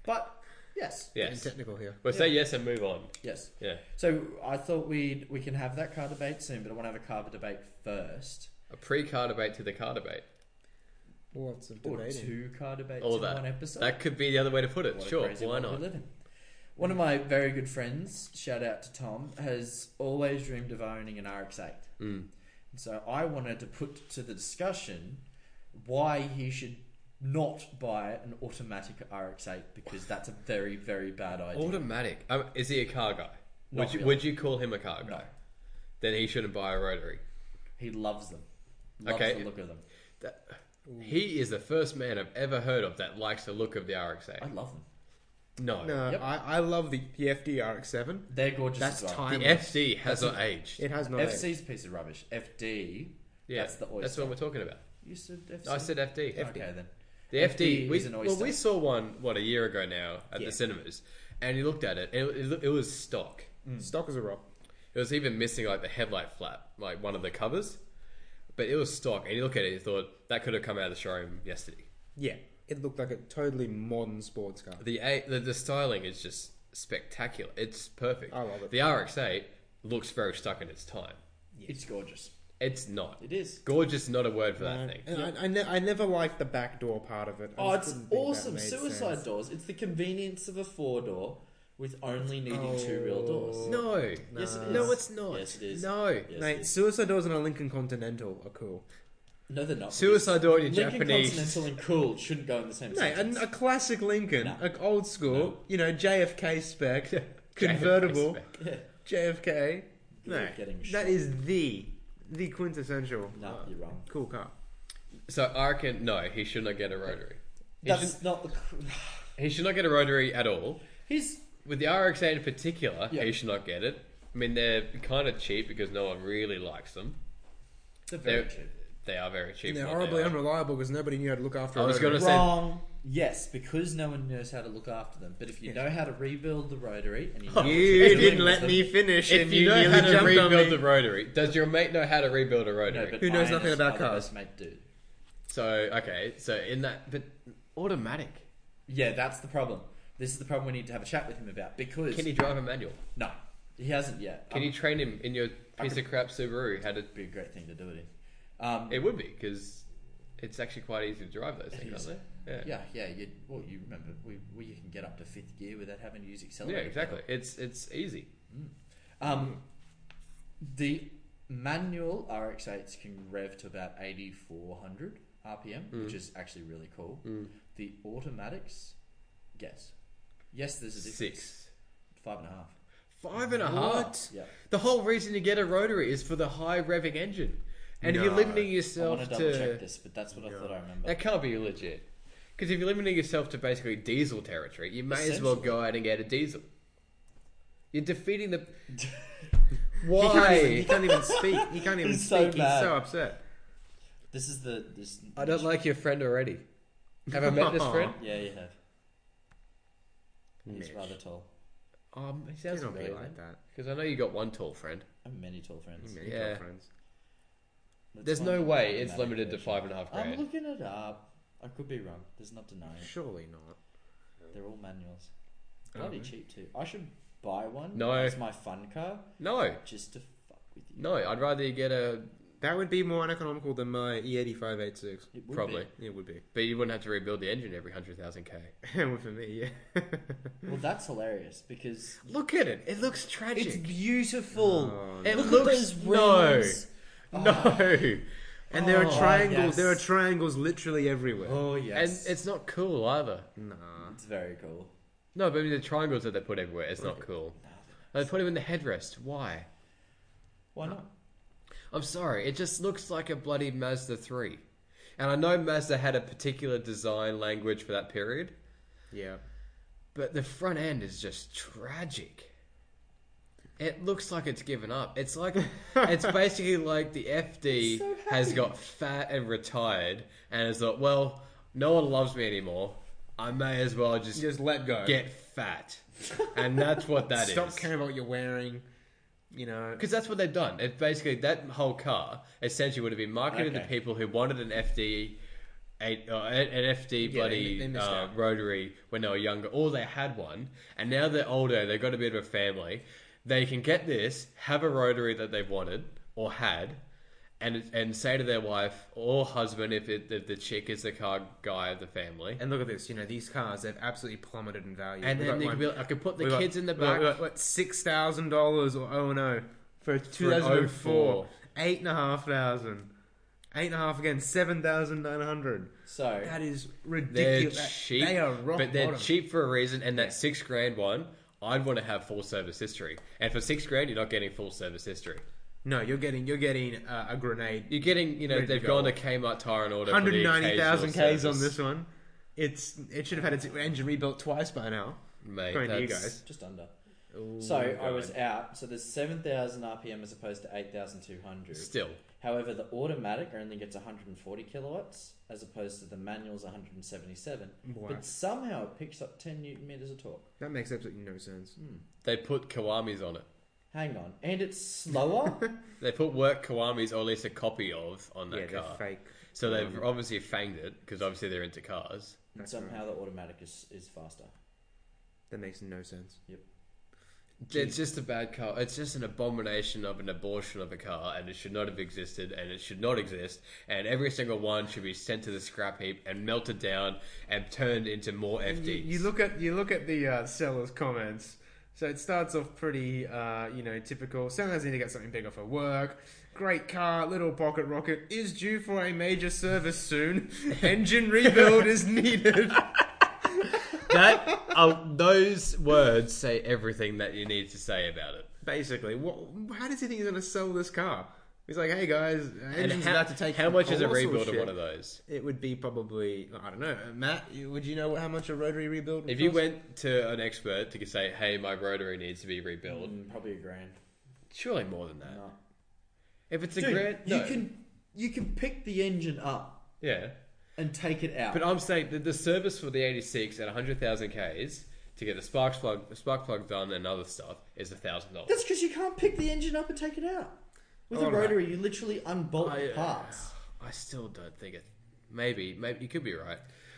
Speaker 3: but yes.
Speaker 2: And
Speaker 1: Yes.
Speaker 2: technical here.
Speaker 1: Well, say yes and move on.
Speaker 3: Yes.
Speaker 1: Yeah.
Speaker 3: So I thought we'd we can have that car debate soon, but I want to have a car debate first.
Speaker 1: A pre-car debate to the car debate.
Speaker 2: Lots of
Speaker 3: Or
Speaker 2: debating.
Speaker 3: two car debates
Speaker 1: All
Speaker 3: in
Speaker 1: that.
Speaker 3: one episode.
Speaker 1: That could be the other way to put it.
Speaker 3: What a
Speaker 1: sure,
Speaker 3: crazy
Speaker 1: why
Speaker 3: world we
Speaker 1: not?
Speaker 3: live in. One of my very good friends, shout out to Tom, has always dreamed of owning an RX-8. Mm. So I wanted to put to the discussion why he should not buy an automatic RX-8 because that's a very very bad idea.
Speaker 1: Automatic. Um, is he a car guy?
Speaker 3: Not
Speaker 1: Would you,
Speaker 3: really.
Speaker 1: would you call him a car guy?
Speaker 3: No.
Speaker 1: Then he shouldn't buy a rotary.
Speaker 3: He loves them. Loves
Speaker 1: Okay.
Speaker 3: the look of them.
Speaker 1: That, he is the first man I've ever heard of that likes the look of the
Speaker 3: I
Speaker 1: RX-8.
Speaker 3: love them.
Speaker 1: No,
Speaker 2: No,
Speaker 3: Yep.
Speaker 2: Uh, I, I love the, the FD RX-7.
Speaker 3: They're gorgeous
Speaker 2: That's
Speaker 3: as well.
Speaker 1: the
Speaker 2: time.
Speaker 1: FD has not aged.
Speaker 2: It has not.
Speaker 3: FC's a piece of rubbish. FD.
Speaker 1: yeah,
Speaker 3: that's the oyster.
Speaker 1: That's what we're talking about.
Speaker 3: You said FC.
Speaker 1: No, I said FD.
Speaker 3: Okay then.
Speaker 1: The
Speaker 3: FD
Speaker 1: FD, we,
Speaker 3: is an
Speaker 1: well,
Speaker 3: oyster.
Speaker 1: we saw one what a year ago now at
Speaker 3: Yeah.
Speaker 1: the cinemas, and he looked at it, and it, it, it was stock.
Speaker 2: Stock is a rock.
Speaker 1: It was even missing like the headlight flap, like one of the covers, but it was stock. And you look at it, you thought that could have come out of the showroom yesterday.
Speaker 2: Yeah, it looked like a totally modern sports car.
Speaker 1: The a, the, the styling is just spectacular. It's perfect.
Speaker 2: I love it.
Speaker 1: The RX-8 looks very stuck in its time.
Speaker 3: It's gorgeous.
Speaker 1: It's not
Speaker 3: It is.
Speaker 1: gorgeous. is Not a word for that
Speaker 2: And
Speaker 1: thing.
Speaker 2: I, I, ne- I never liked the back door part of it. I
Speaker 3: Oh,
Speaker 2: just
Speaker 3: it's
Speaker 2: didn't think that
Speaker 3: awesome.
Speaker 2: made
Speaker 3: Suicide
Speaker 2: sense.
Speaker 3: doors. It's the convenience of a four door with only needing two
Speaker 2: Oh,
Speaker 3: real doors.
Speaker 1: No,
Speaker 3: Yes, it
Speaker 1: no,
Speaker 3: is.
Speaker 1: it's not.
Speaker 3: Yes, it is.
Speaker 1: No,
Speaker 3: Yes, it
Speaker 2: Mate,
Speaker 3: is.
Speaker 2: suicide doors on a Lincoln Continental are cool.
Speaker 3: No, they're not.
Speaker 1: Suicide Door in
Speaker 3: Lincoln
Speaker 1: Japanese.
Speaker 3: Continental and cool shouldn't go in the same
Speaker 2: No,
Speaker 3: sentence.
Speaker 2: a, a classic Lincoln,
Speaker 3: No.
Speaker 2: a old school,
Speaker 3: No.
Speaker 2: you know, JFK spec,
Speaker 1: (laughs)
Speaker 2: (laughs) convertible,
Speaker 3: yeah.
Speaker 2: JFK.
Speaker 3: You're
Speaker 2: No,
Speaker 3: getting shot.
Speaker 2: that is the the quintessential uh,
Speaker 3: No, you're wrong.
Speaker 2: cool car.
Speaker 1: So I reckon no, he should not get a rotary. He should,
Speaker 3: That's not the. cr- (sighs)
Speaker 1: he should not get a rotary at all.
Speaker 3: He's
Speaker 1: With the RX-8 in particular,
Speaker 3: Yeah.
Speaker 1: he should not get it. I mean, they're kind of cheap because no one really likes them.
Speaker 3: the very
Speaker 1: They're,
Speaker 3: cheap.
Speaker 1: they are very cheap.
Speaker 2: And they're
Speaker 1: what they
Speaker 2: horribly
Speaker 1: are.
Speaker 2: unreliable because nobody knew how to look after.
Speaker 1: I
Speaker 2: a
Speaker 1: was
Speaker 2: rotary.
Speaker 1: gonna say-
Speaker 3: Wrong. Yes, because no one knows how to look after them. But if you know how to rebuild the rotary and you know
Speaker 2: (laughs) You
Speaker 3: what to do
Speaker 2: didn't
Speaker 3: with
Speaker 2: let
Speaker 3: them-
Speaker 2: me finish,
Speaker 1: If
Speaker 2: and
Speaker 1: you, know
Speaker 2: nearly
Speaker 1: how to
Speaker 2: jumped on
Speaker 1: rebuild
Speaker 2: me.
Speaker 1: the rotary, does your mate know how to rebuild a
Speaker 3: No,
Speaker 1: rotary?
Speaker 3: but
Speaker 2: Who knows
Speaker 3: I
Speaker 2: nothing
Speaker 3: and
Speaker 2: about
Speaker 3: my other
Speaker 2: cars?
Speaker 3: best Mate, do.
Speaker 1: so okay, so in that, but automatic.
Speaker 3: Yeah, that's the problem. This is the problem we need to have a chat with him about because
Speaker 1: Can he drive a manual?
Speaker 3: no, he hasn't yet.
Speaker 1: Can
Speaker 3: Um,
Speaker 1: you train him in your piece
Speaker 3: could-
Speaker 1: of crap Subaru how to?
Speaker 3: Be a great thing to do it in. Um,
Speaker 1: It would be because it's actually quite easy to drive those things,
Speaker 3: is
Speaker 1: aren't they? Yeah.
Speaker 3: yeah, yeah. You, well, you remember we, we you can get up to fifth gear without having to use
Speaker 1: Yeah,
Speaker 3: accelerator.
Speaker 1: exactly. It's it's easy.
Speaker 3: Um, the manual RX-8s can rev to about 8,400 RPM,
Speaker 1: Mm.
Speaker 3: which is actually really cool. The automatics, guess. Yes, there's a difference.
Speaker 1: Six.
Speaker 3: Five and a half.
Speaker 1: Five and a half.
Speaker 3: Yeah.
Speaker 1: The whole reason you get a rotary is for the high revving engine, and if you're
Speaker 2: No.
Speaker 1: limiting
Speaker 3: I
Speaker 1: yourself
Speaker 3: want to double check
Speaker 1: to
Speaker 3: this, but that's what I thought I remember.
Speaker 1: that can't be legit. Because if you're limiting yourself to basically diesel territory, you may as well
Speaker 3: Essentially.
Speaker 1: go out and get a diesel. You're defeating
Speaker 3: (laughs)
Speaker 1: the.
Speaker 2: He can't, even, he
Speaker 1: Why?
Speaker 2: can't even speak. He can't even
Speaker 3: He's so
Speaker 2: speak. He's
Speaker 3: mad.
Speaker 2: so upset.
Speaker 3: (laughs) This is the this.
Speaker 1: I don't like your friend already. Have I
Speaker 3: (laughs)
Speaker 1: met this friend?
Speaker 3: Yeah, you have. He's
Speaker 2: Mitch.
Speaker 3: rather tall.
Speaker 1: Um, he
Speaker 2: He's
Speaker 1: sounds
Speaker 2: not be
Speaker 1: familiar.
Speaker 2: like that.
Speaker 1: Because I know you got one tall friend.
Speaker 3: I have many tall friends.
Speaker 2: Many
Speaker 1: Yeah.
Speaker 2: girlfriends.
Speaker 3: That's
Speaker 1: There's
Speaker 3: why
Speaker 1: no
Speaker 3: I'm
Speaker 1: way it's
Speaker 3: automatic
Speaker 1: limited to
Speaker 3: version.
Speaker 1: five and a half
Speaker 3: I'm
Speaker 1: grand.
Speaker 3: looking it up. I could be wrong. There's not denying. it.
Speaker 2: Surely not.
Speaker 3: They're all manuals.
Speaker 2: Oh,
Speaker 3: Bloody
Speaker 2: really?
Speaker 3: cheap too. I should buy one.
Speaker 1: No.
Speaker 3: It's my fun car,
Speaker 1: No,
Speaker 3: just to fuck with you.
Speaker 1: no. I'd rather you get a.
Speaker 2: That would be more uneconomical than my E E8586.
Speaker 3: It would
Speaker 1: Probably.
Speaker 2: It would be. (laughs)
Speaker 1: But you wouldn't have to rebuild the engine every hundred thousand k.
Speaker 2: For me, yeah.
Speaker 3: Be. Well, that's hilarious because
Speaker 1: Look at it. It looks tragic.
Speaker 3: it's beautiful.
Speaker 2: Oh,
Speaker 1: It
Speaker 3: Look at
Speaker 1: looks-
Speaker 3: those
Speaker 1: no.
Speaker 3: wings.
Speaker 1: No.
Speaker 2: And there are
Speaker 3: Oh,
Speaker 2: triangles.
Speaker 3: yes.
Speaker 2: There are triangles literally everywhere.
Speaker 3: Oh yes,
Speaker 1: And it's not cool either.
Speaker 2: Nah.
Speaker 3: it's very cool.
Speaker 1: No, but I mean, the triangles that they put everywhere, it's not cool. They put them in the headrest. Why?
Speaker 3: Why not?
Speaker 1: I'm sorry. It just looks like a bloody Mazda 3. And I know Mazda had a particular design language for that period,
Speaker 2: Yeah.
Speaker 1: but the front end is just tragic. It looks like it's given up. It's
Speaker 3: (laughs)
Speaker 1: like it's basically like the FD
Speaker 3: So
Speaker 1: has
Speaker 3: happy.
Speaker 1: got fat and retired and has thought, well, no one loves me anymore. I may as well just
Speaker 2: Just let go.
Speaker 1: get fat, and that's what that is.
Speaker 2: Stop caring about what you're wearing. You know.
Speaker 1: Because that's what they've done. It basically that whole car essentially would have been marketed to
Speaker 3: Okay.
Speaker 1: people who wanted an FD, eight, uh, an FD
Speaker 2: Yeah,
Speaker 1: bloody
Speaker 2: they- they missed
Speaker 1: uh,
Speaker 2: out.
Speaker 1: rotary when they were younger, or they had one, and now they're older. They've got a bit of a family. They can get this, have a rotary that they've wanted or had, and and say to their wife or husband if, it, if the chick is the car guy of the family,
Speaker 2: And look at this. You know these cars. They've absolutely plummeted in value.
Speaker 1: and
Speaker 2: We've
Speaker 1: then
Speaker 2: got
Speaker 1: they
Speaker 2: one-
Speaker 1: can be like, I could put the
Speaker 2: we've got-
Speaker 1: kids in the
Speaker 2: we've got-
Speaker 1: back.
Speaker 2: we've got, what six thousand dollars or O and O for two
Speaker 1: an
Speaker 2: thousand and
Speaker 1: 04.
Speaker 2: four. Eight and a half thousand. Eight and a half again. Seven thousand nine hundred.
Speaker 3: So
Speaker 2: That is
Speaker 1: They're
Speaker 2: ridiculous. That-
Speaker 1: cheap,
Speaker 2: They are rock
Speaker 1: but they're
Speaker 2: bottom.
Speaker 1: cheap for a reason. And that six grand one, I'd want to have full service history. And for six grand, you're not getting full service history.
Speaker 2: No, you're getting you're getting uh, a grenade.
Speaker 1: You're getting, you know,
Speaker 2: Ready to
Speaker 1: they've
Speaker 2: go.
Speaker 1: gone to Kmart Tire and order for the
Speaker 2: 190,000 Ks
Speaker 1: occasional
Speaker 2: on
Speaker 1: service.
Speaker 2: this one. It's it should have had its engine rebuilt twice by now.
Speaker 1: Mate,
Speaker 2: According to you
Speaker 1: that's-
Speaker 2: guys.
Speaker 3: just under.
Speaker 2: Ooh,
Speaker 3: So
Speaker 2: good
Speaker 3: I was
Speaker 2: one.
Speaker 3: out. So there's 7,000 RPM as opposed to 8,200.
Speaker 1: Still,
Speaker 3: However, the automatic only gets 140 kilowatts as opposed to the manual's 177.
Speaker 2: Wow.
Speaker 3: But somehow it picks up 10 newton meters of torque.
Speaker 2: That makes absolutely no sense.
Speaker 3: Hmm.
Speaker 1: they put Kiwamis on it.
Speaker 3: Hang on. And it's
Speaker 1: (laughs)
Speaker 3: slower?
Speaker 1: They put work Kiwamis, or at least a copy of, on
Speaker 2: yeah,
Speaker 1: that
Speaker 2: they're
Speaker 1: car.
Speaker 2: fake.
Speaker 1: so they've
Speaker 2: Kiwamis.
Speaker 1: obviously fanged it because obviously they're into cars.
Speaker 3: and
Speaker 2: That's
Speaker 3: somehow the automatic is, is faster.
Speaker 2: That makes no sense.
Speaker 1: It's just a bad car. It's just an abomination of an abortion of a car, and it should not have existed, and it should not exist. And every single one should be sent to the scrap heap and melted down and turned into more
Speaker 2: And
Speaker 1: FDs.
Speaker 2: You, you look at you look at the uh, seller's comments. So it starts off pretty, uh, you know, typical. Someone's need to get something bigger for work. Great car, little pocket rocket is due for a major service (laughs) soon. Engine rebuild is needed.
Speaker 1: that uh, those words say everything that you need to say about it.
Speaker 2: (laughs) Basically, what, how does he think he's going to sell this car? He's like, hey guys, engine's
Speaker 1: how,
Speaker 2: about to take
Speaker 1: how much is a
Speaker 2: colossal
Speaker 1: rebuild of
Speaker 2: shit.
Speaker 1: one of those?
Speaker 2: It would be probably I don't know, uh, Matt. you- Would you know what- how much a rotary rebuild? would
Speaker 1: If you
Speaker 2: cost?
Speaker 1: went to an expert to say, "Hey, my rotary needs to be rebuilt,"
Speaker 3: Mm, probably a grand.
Speaker 1: surely more than that.
Speaker 3: No.
Speaker 1: If it's a
Speaker 3: Dude,
Speaker 1: grand,
Speaker 3: you
Speaker 1: no.
Speaker 3: can you can pick the engine up
Speaker 1: yeah.
Speaker 3: and take it out.
Speaker 1: But I'm saying that the service for the 86 at 100,000 Ks to get the spark plug, spark plug done and other stuff is $1,000.
Speaker 3: That's because you can't pick the engine up and take it out. With a
Speaker 2: All right.
Speaker 3: rotary, you literally unbolt
Speaker 1: Oh, I,
Speaker 3: the
Speaker 1: uh,
Speaker 3: parts.
Speaker 1: I still don't think it. Maybe, maybe you could be right.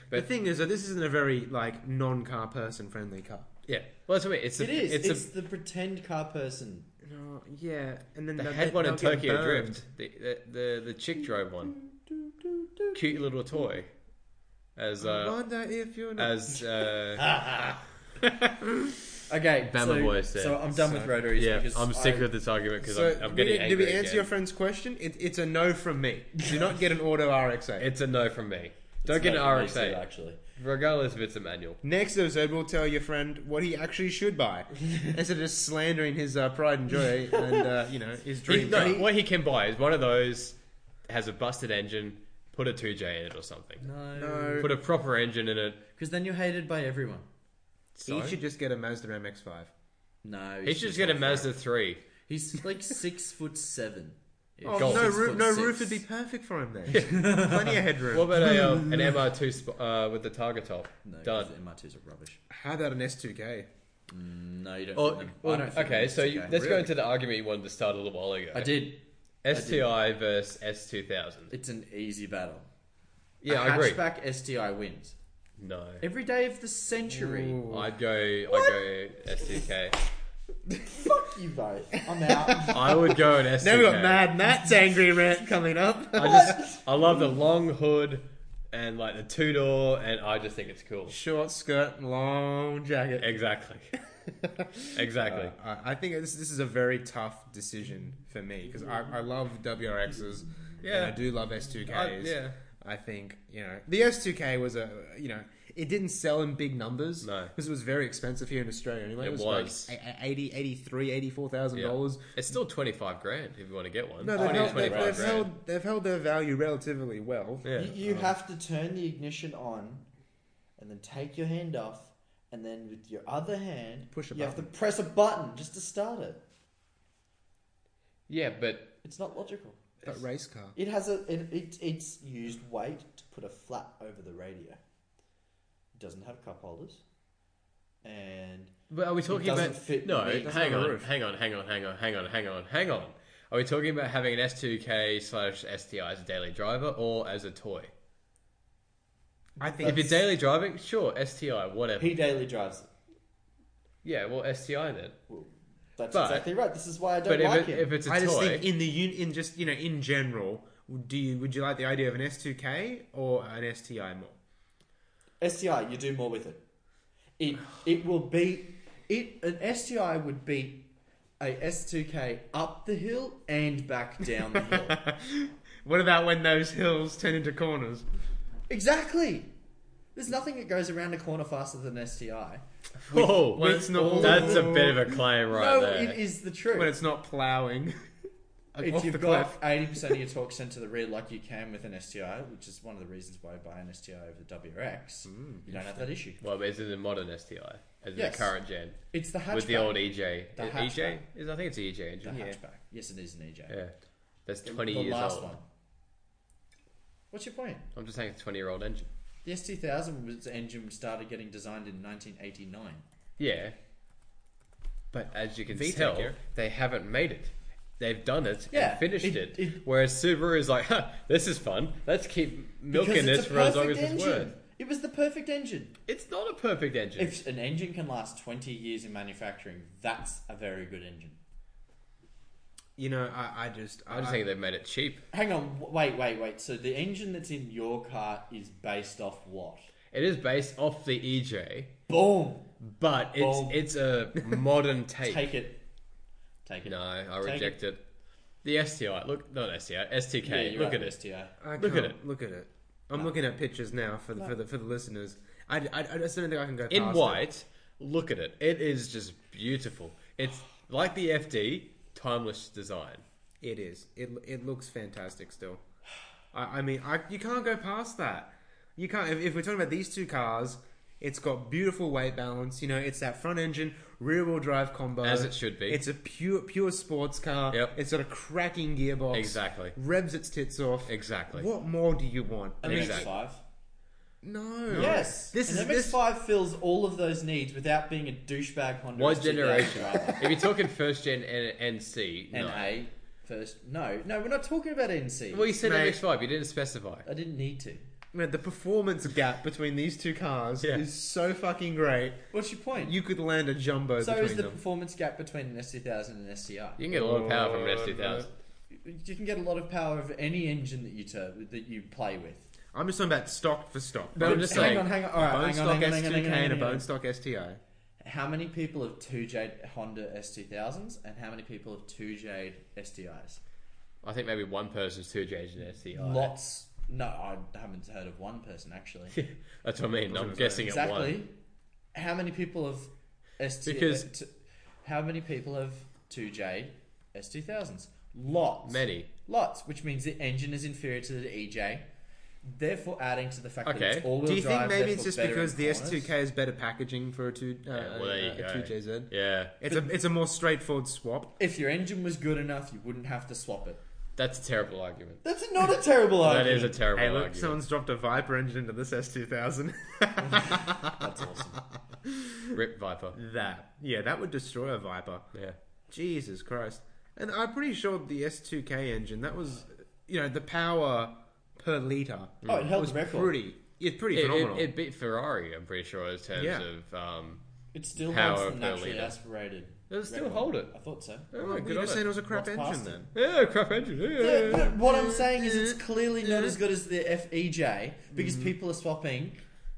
Speaker 2: the
Speaker 1: But
Speaker 2: thing is that this isn't a very like non-car person friendly car.
Speaker 1: yeah, well, that's what I mean. It's a,
Speaker 3: It is. It's,
Speaker 1: It's, a,
Speaker 3: the pretend car person.
Speaker 2: No, Oh, yeah, and then
Speaker 1: they
Speaker 2: they'll
Speaker 1: had
Speaker 2: get-
Speaker 1: one in
Speaker 2: they'll get
Speaker 1: Tokyo
Speaker 2: burned.
Speaker 1: Drift. The, the the the chick drove one. Cute little toy. As
Speaker 2: I
Speaker 1: uh,
Speaker 2: wonder if you're not.
Speaker 1: as uh,
Speaker 3: Okay,
Speaker 1: Bama
Speaker 3: so,
Speaker 1: boy said.
Speaker 3: So I'm done with rotaries.
Speaker 1: yeah,
Speaker 3: because
Speaker 1: I'm sick
Speaker 3: I-
Speaker 1: of this argument because
Speaker 2: so
Speaker 1: I'm, I'm
Speaker 2: we
Speaker 1: getting
Speaker 2: did-
Speaker 1: angry.
Speaker 2: did we answer
Speaker 1: again.
Speaker 2: your friend's question? It, it's a no from me. Do not get an auto
Speaker 1: (laughs)
Speaker 2: RX-8.
Speaker 1: It's a no from me.
Speaker 3: it's
Speaker 1: Don't get an
Speaker 3: not really good,
Speaker 1: RX-8,
Speaker 3: Actually,
Speaker 1: regardless if it's a manual.
Speaker 2: Next episode, we'll tell your friend what he actually
Speaker 1: (laughs)
Speaker 2: should buy instead of just slandering his uh, pride and joy and uh, you know his
Speaker 1: He,
Speaker 2: dream.
Speaker 1: no,
Speaker 2: car.
Speaker 1: what he can buy is one of those has a busted engine, put a 2J in it or something.
Speaker 2: No.
Speaker 1: Put a proper engine in it.
Speaker 3: Because then you're hated by everyone.
Speaker 1: So?
Speaker 2: He should just get a Mazda MX-5.
Speaker 3: No,
Speaker 1: He should just get a Mazda 3.
Speaker 3: He's like (laughs) six foot seven.
Speaker 2: Oh,
Speaker 1: Golf.
Speaker 2: no
Speaker 1: Six
Speaker 2: roof,
Speaker 3: foot
Speaker 2: no
Speaker 3: six.
Speaker 2: roof would be perfect for him then. (laughs) Plenty of headroom.
Speaker 1: What about a, um, an MR2 sp- uh, with the target top?
Speaker 3: No, 'cause
Speaker 1: Done.
Speaker 3: the MR2s are rubbish.
Speaker 2: How about an S2K?
Speaker 3: No, you don't. fit
Speaker 1: Or,
Speaker 3: them.
Speaker 1: or-
Speaker 3: I don't fit
Speaker 1: Oh, okay,
Speaker 3: them.
Speaker 1: so you,
Speaker 3: It's okay.
Speaker 1: let's go
Speaker 2: Really?
Speaker 1: into the argument you wanted to start a little while ago.
Speaker 3: I did.
Speaker 1: STI versus S2000.
Speaker 3: It's an easy battle.
Speaker 1: Yeah,
Speaker 3: a
Speaker 1: I agree.
Speaker 3: Hatchback STI wins
Speaker 1: No.
Speaker 3: every day of the century.
Speaker 1: I'd go, I'd go S2K.
Speaker 3: Fuck you, vote. I'm out.
Speaker 1: I would go an S2K.
Speaker 2: Now we got Mad Matt's angry rant coming up. (laughs)
Speaker 1: I just, I love the long hood and like the two door, and I just think it's cool.
Speaker 2: Short skirt, long
Speaker 1: (laughs)
Speaker 2: jacket.
Speaker 1: Exactly. exactly.
Speaker 2: Uh, I I think this, this is a very tough decision for me because I, I love WRXs.
Speaker 1: Yeah.
Speaker 2: And I do love S2Ks.
Speaker 1: I- yeah.
Speaker 2: I think, you know, the S2K was a, you know, it didn't sell in big numbers.
Speaker 1: No.
Speaker 2: Because it was very expensive here in Australia anyway.
Speaker 1: It
Speaker 2: was,
Speaker 1: was.
Speaker 2: like a- a- 80, 83, 84,000
Speaker 1: Yeah.
Speaker 2: dollars.
Speaker 1: It's still 25 grand if you want to get one.
Speaker 2: No,
Speaker 1: Oh,
Speaker 2: they've,
Speaker 1: yeah,
Speaker 2: held, they've,
Speaker 1: 25
Speaker 2: they've
Speaker 1: grand.
Speaker 2: held, they've held their value relatively well.
Speaker 1: Yeah.
Speaker 3: You, you have to turn the ignition on, and then take your hand off, and then with your other hand,
Speaker 2: Push a
Speaker 3: you have to press a button just to start it.
Speaker 1: Yeah, but
Speaker 3: It's not logical.
Speaker 2: That race car.
Speaker 3: It has a it, it it's used weight to put a flap over the radio. It doesn't have cup holders, and
Speaker 1: But are we talking
Speaker 3: doesn't
Speaker 1: about
Speaker 3: fit
Speaker 1: no?
Speaker 3: me. That's
Speaker 1: Hang
Speaker 2: not a
Speaker 1: on,
Speaker 2: roof.
Speaker 1: hang on, hang on, hang on, hang on, hang on, hang on. Are we talking about having an S2K slash STI as a daily driver or as a toy?
Speaker 2: I think
Speaker 1: if you're daily driving, sure, STI, whatever.
Speaker 3: he daily drives it.
Speaker 1: yeah, well, STI then.
Speaker 3: Well, that's
Speaker 1: But-
Speaker 3: exactly right. This is why I don't
Speaker 1: But if,
Speaker 3: like
Speaker 1: it,
Speaker 3: him.
Speaker 1: if it's a
Speaker 2: I
Speaker 1: toy,
Speaker 2: just think in the un- in just you know in general, do you would you like the idea of an S2K or an STI (laughs) more?
Speaker 3: STI, you do more with it. It it will beat it an STI would beat a S2K up the hill and back down the
Speaker 1: (laughs)
Speaker 3: hill.
Speaker 2: What about when those hills turn into corners?
Speaker 3: exactly. There's nothing that goes around a corner faster than an STI.
Speaker 1: Whoa,
Speaker 2: when it's not-
Speaker 1: that's a bit of a claim right
Speaker 3: no,
Speaker 1: there.
Speaker 3: it is the truth.
Speaker 2: When it's not ploughing. Like, (laughs) off
Speaker 3: If
Speaker 2: the
Speaker 3: you've
Speaker 2: cliff.
Speaker 3: got eighty
Speaker 1: (laughs)
Speaker 3: percent of your torque sent to the rear like you can with an STI, which is one of the reasons why I buy an STI over the WRX,
Speaker 1: Hmm,
Speaker 3: you don't have that issue.
Speaker 1: Well, as in the modern STI, as in
Speaker 3: Yes.
Speaker 1: the current gen,
Speaker 3: It's the hatchback.
Speaker 1: with the old EJ.
Speaker 3: The
Speaker 1: Uh, EJ
Speaker 3: hatchback.
Speaker 1: is I think it's an EJ
Speaker 3: The
Speaker 1: engine. yeah.
Speaker 3: hatchback. Yes, it is an EJ.
Speaker 1: yeah, that's
Speaker 3: The-
Speaker 1: twenty
Speaker 3: the
Speaker 1: years
Speaker 3: last
Speaker 1: old.
Speaker 3: one. What's your point?
Speaker 1: I'm just saying, it's a twenty-year-old engine.
Speaker 3: The S2000 was engine started getting designed in 1989.
Speaker 1: Yeah, but as you can
Speaker 2: VTEC,
Speaker 1: tell,
Speaker 2: yeah.
Speaker 1: they haven't made it. They've done it
Speaker 3: Yeah,
Speaker 1: and finished it,
Speaker 3: it- it-
Speaker 1: Whereas Subaru is like, huh, this is fun. Let's keep milking
Speaker 3: Because
Speaker 1: this
Speaker 3: it's a
Speaker 1: for as long as
Speaker 3: perfect
Speaker 1: it's worth.
Speaker 3: engine. It was the perfect engine.
Speaker 1: It's not a perfect engine.
Speaker 3: If an engine can last 20 years in manufacturing, that's a very good engine.
Speaker 2: You know, I, I just,
Speaker 1: I'm just
Speaker 2: I-
Speaker 1: saying they've made it cheap.
Speaker 3: Hang on, w- wait, wait, wait. So the engine that's in your car is based off what?
Speaker 1: It is based off the EJ,
Speaker 3: Boom!
Speaker 1: but it's
Speaker 3: Boom.
Speaker 1: it's a modern take.
Speaker 3: (laughs) Take it. Take it.
Speaker 1: No, I
Speaker 3: Take
Speaker 1: reject it. The STI, look, not STI, STK.
Speaker 3: Yeah, you're
Speaker 1: look
Speaker 3: right,
Speaker 1: at it.
Speaker 3: STI.
Speaker 2: I
Speaker 1: Look at
Speaker 2: can't- Look at it. I'm looking at pictures now for the, for the for the listeners. I, I, I just don't think I can go past
Speaker 1: In
Speaker 2: it.
Speaker 1: white, look at it. It is just beautiful. It's like the FD, timeless design.
Speaker 2: It is. It it looks fantastic still. I, I mean, I, you can't go past that. You can't. If, if we're talking about these two cars, it's got beautiful weight balance. You know, it's that front engine, rear wheel drive combo,
Speaker 1: As it should be.
Speaker 2: It's a pure pure sports car.
Speaker 1: Yep.
Speaker 2: It's got a cracking gearbox.
Speaker 1: Exactly.
Speaker 2: Revs its tits off.
Speaker 1: Exactly.
Speaker 2: What more do you want?
Speaker 3: An
Speaker 1: Exactly.
Speaker 3: MX-5.
Speaker 2: No.
Speaker 3: Yes.
Speaker 2: This
Speaker 3: An
Speaker 2: is this.
Speaker 3: MX-5 fills all of those needs without being a douchebag Honda.
Speaker 1: What
Speaker 3: STI
Speaker 1: generation?
Speaker 3: driver.
Speaker 1: if you're talking first gen and NC, no.
Speaker 3: NA first. No, no, we're not talking about NC.
Speaker 1: Well, you said
Speaker 2: Mate.
Speaker 1: MX5. You didn't specify.
Speaker 3: I didn't need to.
Speaker 2: Man, the performance gap between these two cars
Speaker 1: Yeah.
Speaker 2: is so fucking great.
Speaker 3: What's your point?
Speaker 2: You could land a jumbo
Speaker 3: so
Speaker 2: between
Speaker 3: is the
Speaker 2: them.
Speaker 3: performance gap between an S2000 and an STI.
Speaker 1: You can get a lot of power from an
Speaker 2: Oh,
Speaker 1: S2000.
Speaker 3: You can get a lot of power of any engine that you turn, that you play with.
Speaker 2: I'm just talking about stock for stock.
Speaker 1: But I'm just
Speaker 3: hang
Speaker 1: saying,
Speaker 3: on, hang on. All right,
Speaker 2: bone
Speaker 3: hang on,
Speaker 2: stock
Speaker 3: hang
Speaker 2: S2K
Speaker 3: on, hang on, hang on,
Speaker 2: and a
Speaker 3: hang on.
Speaker 2: bone stock STI.
Speaker 3: How many people have two Jade Honda S2000s and how many people have two Jade STIs?
Speaker 1: I think maybe one person's two J's and STI.
Speaker 3: Lots. No, I haven't heard of one person actually.
Speaker 1: (laughs) That's what I mean. I'm
Speaker 2: gonna
Speaker 1: guessing at one.
Speaker 3: exactly. How many people have ST?
Speaker 1: Because-
Speaker 3: uh, t- how many people have two Jade S2000s? Lots.
Speaker 1: Many.
Speaker 3: Lots, which means the engine is inferior to the EJ. Therefore, adding to the fact that
Speaker 1: Okay.
Speaker 3: it's all-wheel
Speaker 2: Do you think
Speaker 3: drive,
Speaker 2: maybe
Speaker 3: therefore
Speaker 2: it's just
Speaker 3: better
Speaker 2: because
Speaker 3: in
Speaker 2: the
Speaker 3: corners?
Speaker 2: S2K is better packaging for a two uh,
Speaker 1: Yeah, well, there you
Speaker 2: a
Speaker 1: go. (laughs)
Speaker 2: two JZ?
Speaker 1: Yeah.
Speaker 2: It's a it's a more straightforward swap.
Speaker 3: If your engine was good enough, you wouldn't have to swap it.
Speaker 1: That's a terrible argument.
Speaker 3: That's not a terrible
Speaker 1: That is
Speaker 3: argument.
Speaker 1: a terrible
Speaker 2: Hey, look,
Speaker 1: argument.
Speaker 2: someone's dropped a Viper engine into this (laughs) S2000.
Speaker 3: That's awesome.
Speaker 1: Rip Viper.
Speaker 2: that yeah, that would destroy a Viper.
Speaker 1: Yeah.
Speaker 2: Jesus Christ! And I'm pretty sure the S2K engine that was, you know, the power per liter
Speaker 3: Oh, it held
Speaker 2: was
Speaker 3: the record.
Speaker 2: pretty. It's pretty
Speaker 1: It,
Speaker 2: phenomenal.
Speaker 1: it, it beat Ferrari, I'm pretty sure, in terms
Speaker 2: Yeah.
Speaker 1: of. Um,
Speaker 3: It still
Speaker 1: Power
Speaker 3: holds
Speaker 1: per
Speaker 3: the naturally
Speaker 1: litre.
Speaker 3: aspirated.
Speaker 1: Does it still
Speaker 3: record.
Speaker 1: hold it?
Speaker 3: I thought
Speaker 1: oh,
Speaker 3: so.
Speaker 2: Well,
Speaker 1: good
Speaker 2: you
Speaker 1: on
Speaker 2: just saying it
Speaker 1: it.
Speaker 2: was a crap
Speaker 3: What's
Speaker 2: engine
Speaker 3: past
Speaker 2: then.
Speaker 1: Yeah, crap engine.
Speaker 3: Yeah,
Speaker 1: Yeah.
Speaker 3: but what I'm saying is it's clearly not as good as the FEJ because
Speaker 1: Mm-hmm.
Speaker 3: people are swapping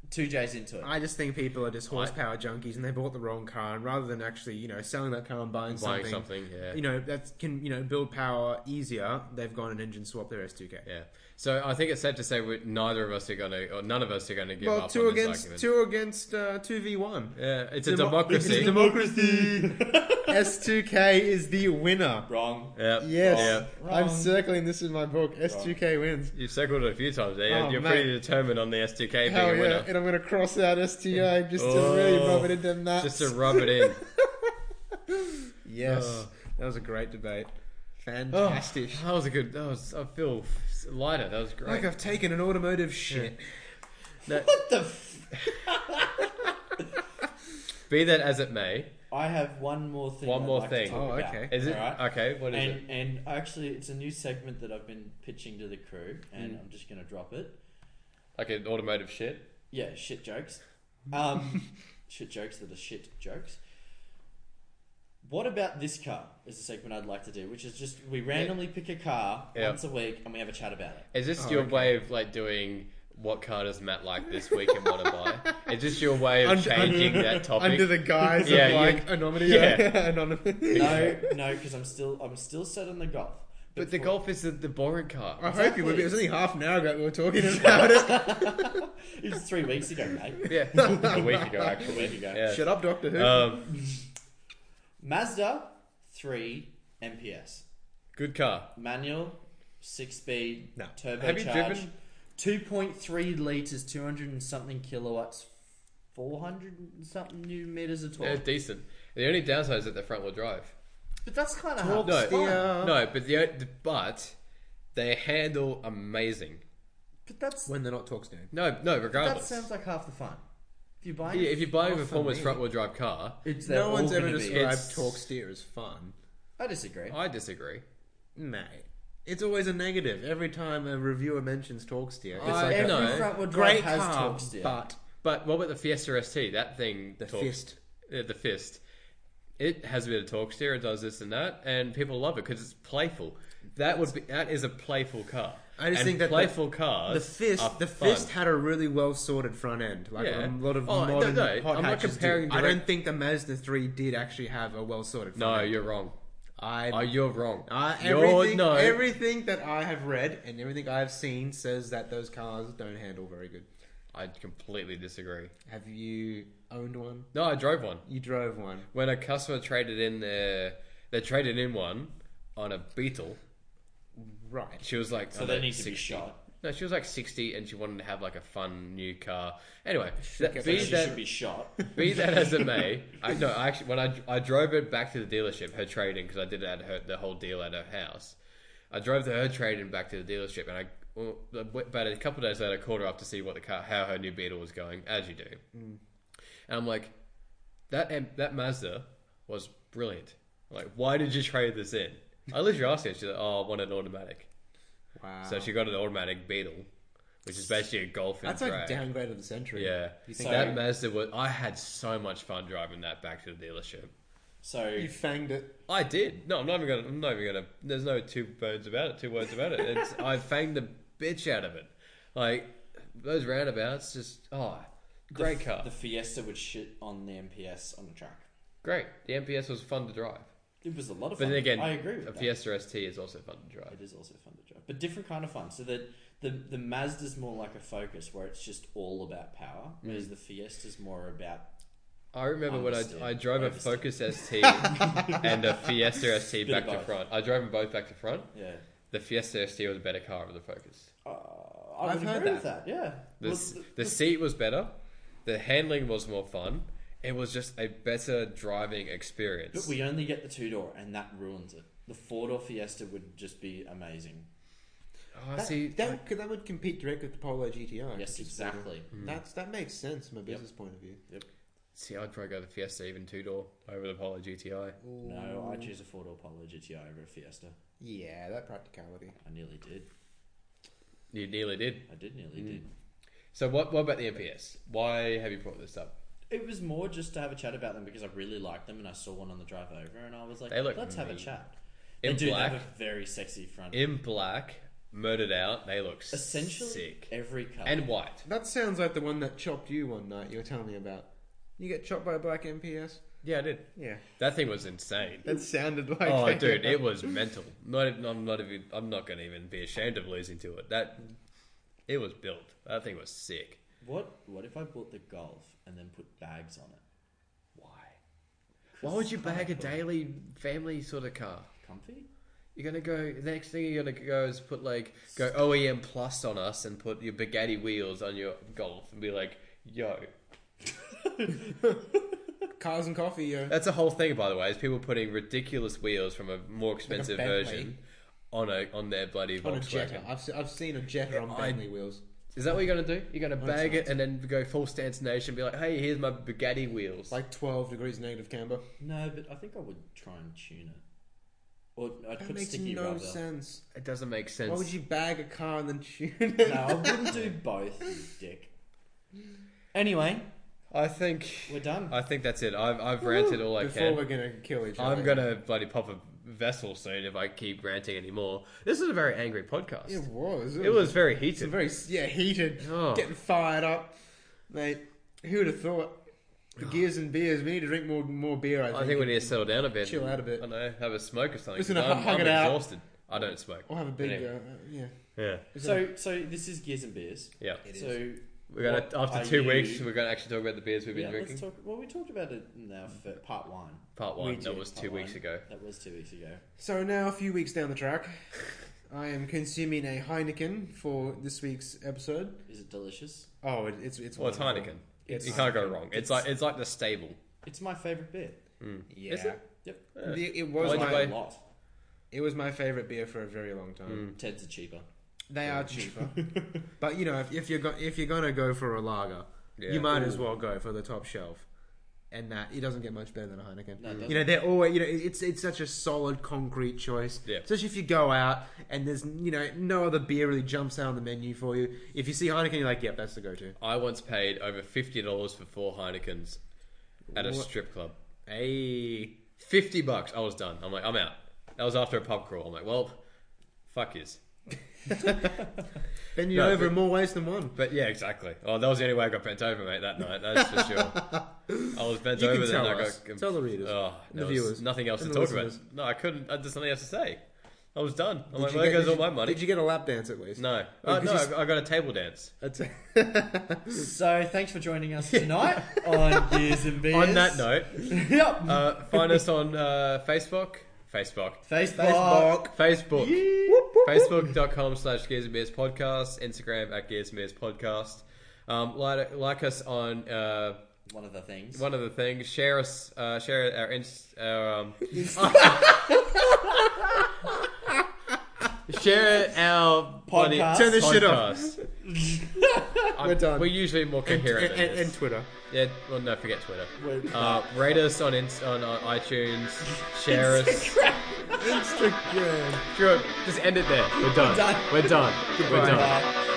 Speaker 3: two J's into it.
Speaker 2: I just think people are just horsepower junkies and they bought the wrong car and rather than actually, you know, selling that car and buying,
Speaker 1: Buying
Speaker 2: something,
Speaker 1: something, yeah.
Speaker 2: you know, that can, you know, build power easier, they've gone and engine swap their S2K.
Speaker 1: Yeah. So I think it's safe to say we neither of us are going to, or none of us are going to give
Speaker 2: Well,
Speaker 1: up
Speaker 2: two
Speaker 1: on
Speaker 2: against
Speaker 1: this argument.
Speaker 2: two against uh, two v one.
Speaker 1: yeah, it's a
Speaker 2: Demo-
Speaker 1: democracy.
Speaker 2: It's a democracy. (laughs) S2K is the winner.
Speaker 3: (laughs) Wrong.
Speaker 1: Yep.
Speaker 2: Yes,
Speaker 1: Yep.
Speaker 2: I'm
Speaker 3: Wrong.
Speaker 2: circling this in my book. S2K wins.
Speaker 1: You've circled it a few times. Eh?
Speaker 2: Oh,
Speaker 1: You're
Speaker 2: mate.
Speaker 1: pretty determined on the STK being
Speaker 2: Hell
Speaker 1: a
Speaker 2: yeah!
Speaker 1: winner.
Speaker 2: And I'm gonna cross out STI just to
Speaker 1: Oh.
Speaker 2: really rub it into nuts.
Speaker 1: Just to rub it
Speaker 2: (laughs)
Speaker 1: in.
Speaker 2: yes, Oh.
Speaker 1: Oh.
Speaker 2: that was a great debate. Fantastic.
Speaker 1: That was a good. That was. I feel lighter. That was great.
Speaker 2: Like I've taken an automotive shit.
Speaker 3: What the? F-
Speaker 1: Be that as it may,
Speaker 3: I have one more thing.
Speaker 1: One
Speaker 3: I'd
Speaker 1: more
Speaker 3: like
Speaker 1: thing.
Speaker 3: To talk
Speaker 2: Oh,
Speaker 3: about.
Speaker 2: okay.
Speaker 1: is it
Speaker 3: Alright.
Speaker 1: okay? What is
Speaker 3: and and actually, it's a new segment that I've been pitching to the crew, and
Speaker 1: Mm.
Speaker 3: I'm just gonna drop it.
Speaker 1: it? Like an automotive shit.
Speaker 3: Yeah,
Speaker 1: (laughs)
Speaker 3: shit jokes. Um, shit jokes that are shit jokes. What about this car? Is a segment I'd like to do, which is just we randomly pick a car
Speaker 1: Yeah.
Speaker 3: once a week and we have a
Speaker 1: (laughs)
Speaker 3: chat about it.
Speaker 1: Is this
Speaker 2: Oh,
Speaker 1: your
Speaker 2: okay.
Speaker 1: way of like doing? What car does Matt like this week and want to
Speaker 2: (laughs)
Speaker 1: buy? Is this your way of changing that topic?
Speaker 2: under the guise
Speaker 1: Yeah,
Speaker 2: of
Speaker 1: you-
Speaker 2: like anonymity.
Speaker 1: yeah.
Speaker 2: (laughs) anonymity.
Speaker 3: No, no, because I'm still I'm still set on the golf.
Speaker 1: but the
Speaker 3: for-
Speaker 1: Golf is the, the boring car.
Speaker 2: I hope you would. be. It was only half an hour ago we were talking about it.
Speaker 3: (laughs) it was three weeks
Speaker 1: (laughs)
Speaker 3: ago, mate.
Speaker 1: (laughs) Yeah, a week ago
Speaker 3: A
Speaker 1: actually.
Speaker 3: week ago.
Speaker 1: Yeah. Uh,
Speaker 2: Shut up, Doctor Who.
Speaker 1: Um,
Speaker 3: Mazda three MPS.
Speaker 1: Good car.
Speaker 3: Manual, six speed,
Speaker 2: No.
Speaker 3: turbocharged.
Speaker 1: Have you driven-
Speaker 3: 2.3 litres, 200 and something kilowatts, 400 and something newton meters of
Speaker 1: Yeah,
Speaker 3: torque.
Speaker 1: decent. The only downside is that they're front wheel drive.
Speaker 3: but that's kind of hard.
Speaker 1: No,
Speaker 3: to find.
Speaker 2: uh,
Speaker 1: no, but the o- but they handle amazing.
Speaker 3: But that's,
Speaker 2: When they're not talks down.
Speaker 1: No, no,
Speaker 3: that
Speaker 1: regardless.
Speaker 3: sounds like half the fun. If you're buying,
Speaker 1: Yeah, if you're buying a
Speaker 2: Not for
Speaker 1: performance
Speaker 2: me.
Speaker 1: front wheel drive car,
Speaker 3: it's they're
Speaker 2: No
Speaker 3: all
Speaker 2: one's ever
Speaker 3: gonna be.
Speaker 2: described
Speaker 1: It's-
Speaker 2: talk steer as fun.
Speaker 3: I disagree.
Speaker 1: I disagree.
Speaker 2: Mate. It's always a negative. Every time a reviewer mentions talk steer, it's
Speaker 1: I
Speaker 2: like
Speaker 1: know.
Speaker 2: a
Speaker 1: no.
Speaker 3: Every front wheel drive
Speaker 2: great
Speaker 3: has
Speaker 2: car,
Speaker 3: torque steer.
Speaker 2: but
Speaker 1: But what about the Fiesta ST? That thing,
Speaker 2: the
Speaker 1: talks-
Speaker 2: fist.
Speaker 1: yeah, uh, the fist. It has a bit of torque steer. It does this and that, and people love it because it's playful. That would be that is a playful car.
Speaker 2: I just
Speaker 1: And
Speaker 2: think that the-
Speaker 1: playful cars.
Speaker 2: The fist,
Speaker 1: are
Speaker 2: the
Speaker 1: fun.
Speaker 2: fist had a really well sorted front end, like
Speaker 1: Yeah.
Speaker 2: a lot of
Speaker 1: Oh, no,
Speaker 2: modern
Speaker 1: no,
Speaker 2: hot
Speaker 1: I'm not
Speaker 2: hatches do.
Speaker 1: comparing
Speaker 2: I don't
Speaker 1: direct-
Speaker 2: think the Mazda three did actually have a well sorted. front
Speaker 1: No,
Speaker 2: end.
Speaker 1: you're wrong.
Speaker 2: I,
Speaker 1: Oh, you're wrong.
Speaker 2: I
Speaker 1: You're-
Speaker 2: Uh, everything,
Speaker 1: no.
Speaker 2: everything that I have read and everything I have seen says that those cars don't handle very good.
Speaker 1: I completely disagree.
Speaker 2: Have you owned one?
Speaker 1: No, I drove one.
Speaker 2: You drove one.
Speaker 1: when a customer traded in their they traded in one on a Beetle.
Speaker 2: Right.
Speaker 1: She was like,
Speaker 3: so
Speaker 1: oh,
Speaker 3: they
Speaker 1: like
Speaker 3: need to be
Speaker 1: 60.
Speaker 3: shot.
Speaker 1: No, she was like sixty, and she wanted to have like a fun new car. Anyway,
Speaker 2: get
Speaker 1: that,
Speaker 3: They
Speaker 1: be
Speaker 3: should-
Speaker 1: that
Speaker 3: should be shot.
Speaker 1: (laughs) be that as it may, I no, I actually when I I drove it back to the dealership, her trade in because I did it at her the whole deal at her house. I drove the her trade in back to the dealership, and I well, about a couple of days later, I called her up to see what the car, how her new Beetle was going, as you do.
Speaker 2: Mm.
Speaker 1: And I'm like, that M- that Mazda was brilliant. I'm like, why did you trade this in? I literally asked her. She's like, oh, I want an automatic.
Speaker 2: Wow.
Speaker 1: So she got an automatic Beetle, which is basically a golf. in
Speaker 2: That's like
Speaker 1: drag.
Speaker 2: downgrade of the century.
Speaker 1: Yeah,
Speaker 2: You
Speaker 3: think
Speaker 1: that
Speaker 3: so?
Speaker 1: Mazda was. I had so much fun driving that back to the dealership.
Speaker 3: So
Speaker 2: You fanged it.
Speaker 1: I did. No, I'm not even gonna. I'm not even gonna. There's no two words about it. Two words about it. It's, (laughs) I fanged the bitch out of it. Like those roundabouts, just oh, great
Speaker 3: the,
Speaker 1: car,
Speaker 3: The Fiesta would shit on the MPS on the track.
Speaker 1: great. The MPS was fun to drive,
Speaker 3: It was a lot of
Speaker 1: but
Speaker 3: fun.
Speaker 1: then again,
Speaker 3: I agree with
Speaker 1: a
Speaker 3: that.
Speaker 1: Fiesta ST is also fun to drive.
Speaker 3: It is also fun to drive, but different kind of fun. So that the the Mazda's more like a Focus, where it's just all about power, whereas the Fiesta's more about.
Speaker 1: I remember when I,
Speaker 3: Understeer.
Speaker 1: I drove a
Speaker 3: Oversteer.
Speaker 1: Focus
Speaker 3: (laughs)
Speaker 1: ST and a Fiesta ST
Speaker 3: Bit of
Speaker 1: back to
Speaker 3: both.
Speaker 1: front. I drove them both back to front.
Speaker 3: Yeah,
Speaker 1: The Fiesta ST was a better car over the Focus.
Speaker 3: uh, I
Speaker 2: I've
Speaker 3: would
Speaker 2: heard
Speaker 3: agree with that. Yeah,
Speaker 1: The,
Speaker 3: Well,
Speaker 1: s-
Speaker 3: th-
Speaker 1: the seat was better. The handling was more fun. It was just a better driving
Speaker 3: but
Speaker 1: experience.
Speaker 3: we only get the two door, and that ruins it. The four door Fiesta would just be amazing.
Speaker 1: oh,
Speaker 2: That,
Speaker 1: see,
Speaker 2: that, would- that would compete direct with the Polo GTI.
Speaker 3: yes,
Speaker 2: which is
Speaker 3: exactly.
Speaker 2: cool.
Speaker 1: Mm.
Speaker 2: That's that makes sense from a business point of view.
Speaker 1: see, I'd probably go the Fiesta even two door over the Polo GTI.
Speaker 3: No, I choose a four door Polo GTI over a Fiesta.
Speaker 2: Yeah, that practicality.
Speaker 3: I nearly did.
Speaker 1: You nearly did.
Speaker 3: I did nearly did.
Speaker 1: So what? What about the MPS? Why have you brought this up?
Speaker 3: It was more just to have a chat about them because I really liked them and I saw one on the drive over and I was like,
Speaker 1: They look
Speaker 3: let's have a
Speaker 1: neat.
Speaker 3: chat.
Speaker 1: In
Speaker 3: they do
Speaker 1: black.
Speaker 3: have a very sexy front.
Speaker 1: In black, murdered out. They look
Speaker 3: Essentially,
Speaker 1: sick
Speaker 3: every car.
Speaker 1: and white.
Speaker 2: That sounds like the one that chopped you one night. You were telling me about. You get chopped by a black MPS.
Speaker 1: Yeah, I did.
Speaker 2: Yeah,
Speaker 1: That thing was
Speaker 2: (laughs)
Speaker 1: insane.
Speaker 2: that sounded like.
Speaker 1: Oh,
Speaker 2: (laughs)
Speaker 1: dude, it was mental. Not, even- I'm not even. I'm not going to even be ashamed of losing to it. That it was built. That thing was sick.
Speaker 3: what what if I bought the Golf and then put bags on it?
Speaker 1: Why? Why would you bag a daily family sort of car?
Speaker 3: Comfy?
Speaker 1: You're gonna go. The next thing you're gonna go is put like go OEM plus on us and put your Bugatti wheels on your Golf and be like, yo.
Speaker 2: cars and coffee. Yeah.
Speaker 1: That's a whole thing, by the way. Is people putting ridiculous wheels from a more expensive
Speaker 2: Bentley.
Speaker 1: version on a on their bloody
Speaker 2: On a
Speaker 1: Volkswagen.
Speaker 2: Jetta, I've, se- I've seen a Jetta on
Speaker 1: I-
Speaker 2: Bentley wheels.
Speaker 1: Is that what you're gonna do? You're gonna
Speaker 2: it's
Speaker 1: bag
Speaker 2: not.
Speaker 1: it and then go full stance nation, be like, "Hey, here's my Bugatti wheels."
Speaker 2: Like 12 degrees negative camber.
Speaker 3: No, but I think I would try and tune it. Or I'd
Speaker 2: That
Speaker 3: put
Speaker 2: makes
Speaker 3: sticky
Speaker 2: no
Speaker 3: rubber.
Speaker 2: sense.
Speaker 1: it doesn't make sense.
Speaker 2: Why would you bag a car and then tune it?
Speaker 3: No, I
Speaker 1: (laughs)
Speaker 3: wouldn't do both, you dick. Anyway,
Speaker 1: I think
Speaker 3: we're done.
Speaker 1: I think that's it. I've I've ranted all I
Speaker 2: Before
Speaker 1: can.
Speaker 2: we're gonna kill each other.
Speaker 1: I'm gonna bloody pop a vessel soon if I keep ranting anymore. This is a very angry podcast.
Speaker 2: It was.
Speaker 1: It was very
Speaker 2: It's a
Speaker 1: heated.
Speaker 2: very yeah heated,
Speaker 1: Oh.
Speaker 2: getting fired up, mate. Who'd have thought? The gears and beers. We need to drink more more beer. I think.
Speaker 1: Oh. I think we need to settle down a bit.
Speaker 2: Chill out a bit.
Speaker 1: I know. Have a smoke or something.
Speaker 2: Listen,
Speaker 1: 'cause I'm,
Speaker 2: hug
Speaker 1: I'm
Speaker 2: it out. Oh.
Speaker 1: exhausted. I don't smoke.
Speaker 2: We'll have a big.
Speaker 1: Anyway.
Speaker 2: Uh, yeah.
Speaker 1: Yeah.
Speaker 3: so so this is Gears and Beers.
Speaker 1: Yeah.
Speaker 3: so
Speaker 1: We're gonna
Speaker 3: What
Speaker 1: after
Speaker 3: are
Speaker 1: two
Speaker 3: you-
Speaker 1: weeks. We're gonna actually talk about the beers we've been
Speaker 3: yeah,
Speaker 1: drinking.
Speaker 3: let's talk. Well, we talked about it in our fir- part one.
Speaker 1: Part
Speaker 2: We
Speaker 1: one.
Speaker 2: did
Speaker 1: That was
Speaker 3: Part
Speaker 1: two weeks
Speaker 3: one.
Speaker 1: ago.
Speaker 3: That was two weeks ago.
Speaker 2: So now, a few weeks down
Speaker 1: (laughs)
Speaker 2: the track, I am consuming a Heineken for this week's episode.
Speaker 3: Is it delicious?
Speaker 2: Oh, it, it's it's
Speaker 1: Well, it's
Speaker 2: wonderful.
Speaker 1: Heineken.
Speaker 2: It's
Speaker 1: you can't go
Speaker 2: Heineken.
Speaker 1: wrong. It's, like it's like the stable.
Speaker 3: It's my favorite beer.
Speaker 2: Yeah,
Speaker 1: Is it?
Speaker 3: Yep.
Speaker 1: Yeah.
Speaker 2: The- it
Speaker 1: Why
Speaker 2: was
Speaker 1: did
Speaker 3: I
Speaker 1: you
Speaker 2: my
Speaker 1: buy-
Speaker 3: like a lot.
Speaker 2: it was my favorite beer for a very long time.
Speaker 1: Hmm.
Speaker 3: Ted's are cheaper.
Speaker 2: They are cheaper, but you know if, if you're go- if you're gonna go for a lager,
Speaker 1: Yeah.
Speaker 2: you might as well go for the top shelf. And that it doesn't get much better than a Heineken.
Speaker 3: No, it doesn't.
Speaker 2: you know they're always you know it- it's it's such a solid concrete choice.
Speaker 1: Yeah.
Speaker 2: Especially if you go out and there's you know no other beer really jumps out on the menu for you. If you see Heineken, you're like, yep, that's the go-to.
Speaker 1: I once paid over fifty dollars for four Heinekens at a
Speaker 2: What?
Speaker 1: strip club.
Speaker 2: Hey,
Speaker 1: Fifty bucks. I was done. I'm like, I'm out. That was after a pub crawl. I'm like, well, fuck is.
Speaker 2: bend you
Speaker 1: No,
Speaker 2: over
Speaker 1: but-
Speaker 2: in more ways than one.
Speaker 1: But yeah, exactly. Oh, that was the only way I got bent over, mate. That night, that's for sure.
Speaker 2: (laughs)
Speaker 1: I was bent
Speaker 2: You can
Speaker 1: over.
Speaker 2: tell
Speaker 1: then
Speaker 2: us.
Speaker 1: I got
Speaker 2: Tell the readers
Speaker 1: Oh,
Speaker 2: and
Speaker 1: there
Speaker 2: the
Speaker 1: was
Speaker 2: viewers
Speaker 1: Nothing else to
Speaker 2: and
Speaker 1: talk
Speaker 2: the
Speaker 1: about.
Speaker 2: listeners.
Speaker 1: No, I couldn't. I just nothing else to say. I was done. I'm like,
Speaker 2: you
Speaker 1: well, there
Speaker 2: get-
Speaker 1: goes all
Speaker 2: you-
Speaker 1: my money.
Speaker 2: Did you get a lap dance at least?
Speaker 1: No,
Speaker 2: Oh,
Speaker 1: oh,
Speaker 2: 'cause
Speaker 1: no,
Speaker 2: you s-
Speaker 1: I I got a table dance.
Speaker 2: That's-
Speaker 3: So thanks for joining us tonight on Beers and Beers.
Speaker 1: (laughs) On that note,
Speaker 3: (laughs) yep.
Speaker 1: uh, find us on uh, Facebook. Facebook.
Speaker 3: Facebook.
Speaker 1: Facebook.
Speaker 3: Whoop, whoop.
Speaker 1: Facebook.com slash Gears and Beers Podcast. Instagram at Gears and Beers Podcast. Um, like, like us on uh,
Speaker 3: One of the things.
Speaker 1: one of the things. Share us. Uh, share our. Inst- our
Speaker 2: (laughs)
Speaker 1: um, share our bloody
Speaker 3: Podcast.
Speaker 2: Turn this shit off.
Speaker 1: podcast.
Speaker 2: We're done.
Speaker 1: We're usually more
Speaker 2: and,
Speaker 1: coherent.
Speaker 2: and-
Speaker 1: than
Speaker 2: and-
Speaker 1: this.
Speaker 2: and Twitter.
Speaker 1: Yeah, well, no, forget Twitter.
Speaker 3: Wait.
Speaker 1: Uh, rate us on, Inst- on on iTunes. Share us.
Speaker 2: Instagram.
Speaker 1: Sure, just end it there. We're done.
Speaker 3: done.
Speaker 1: We're done. We're done.
Speaker 3: Bye.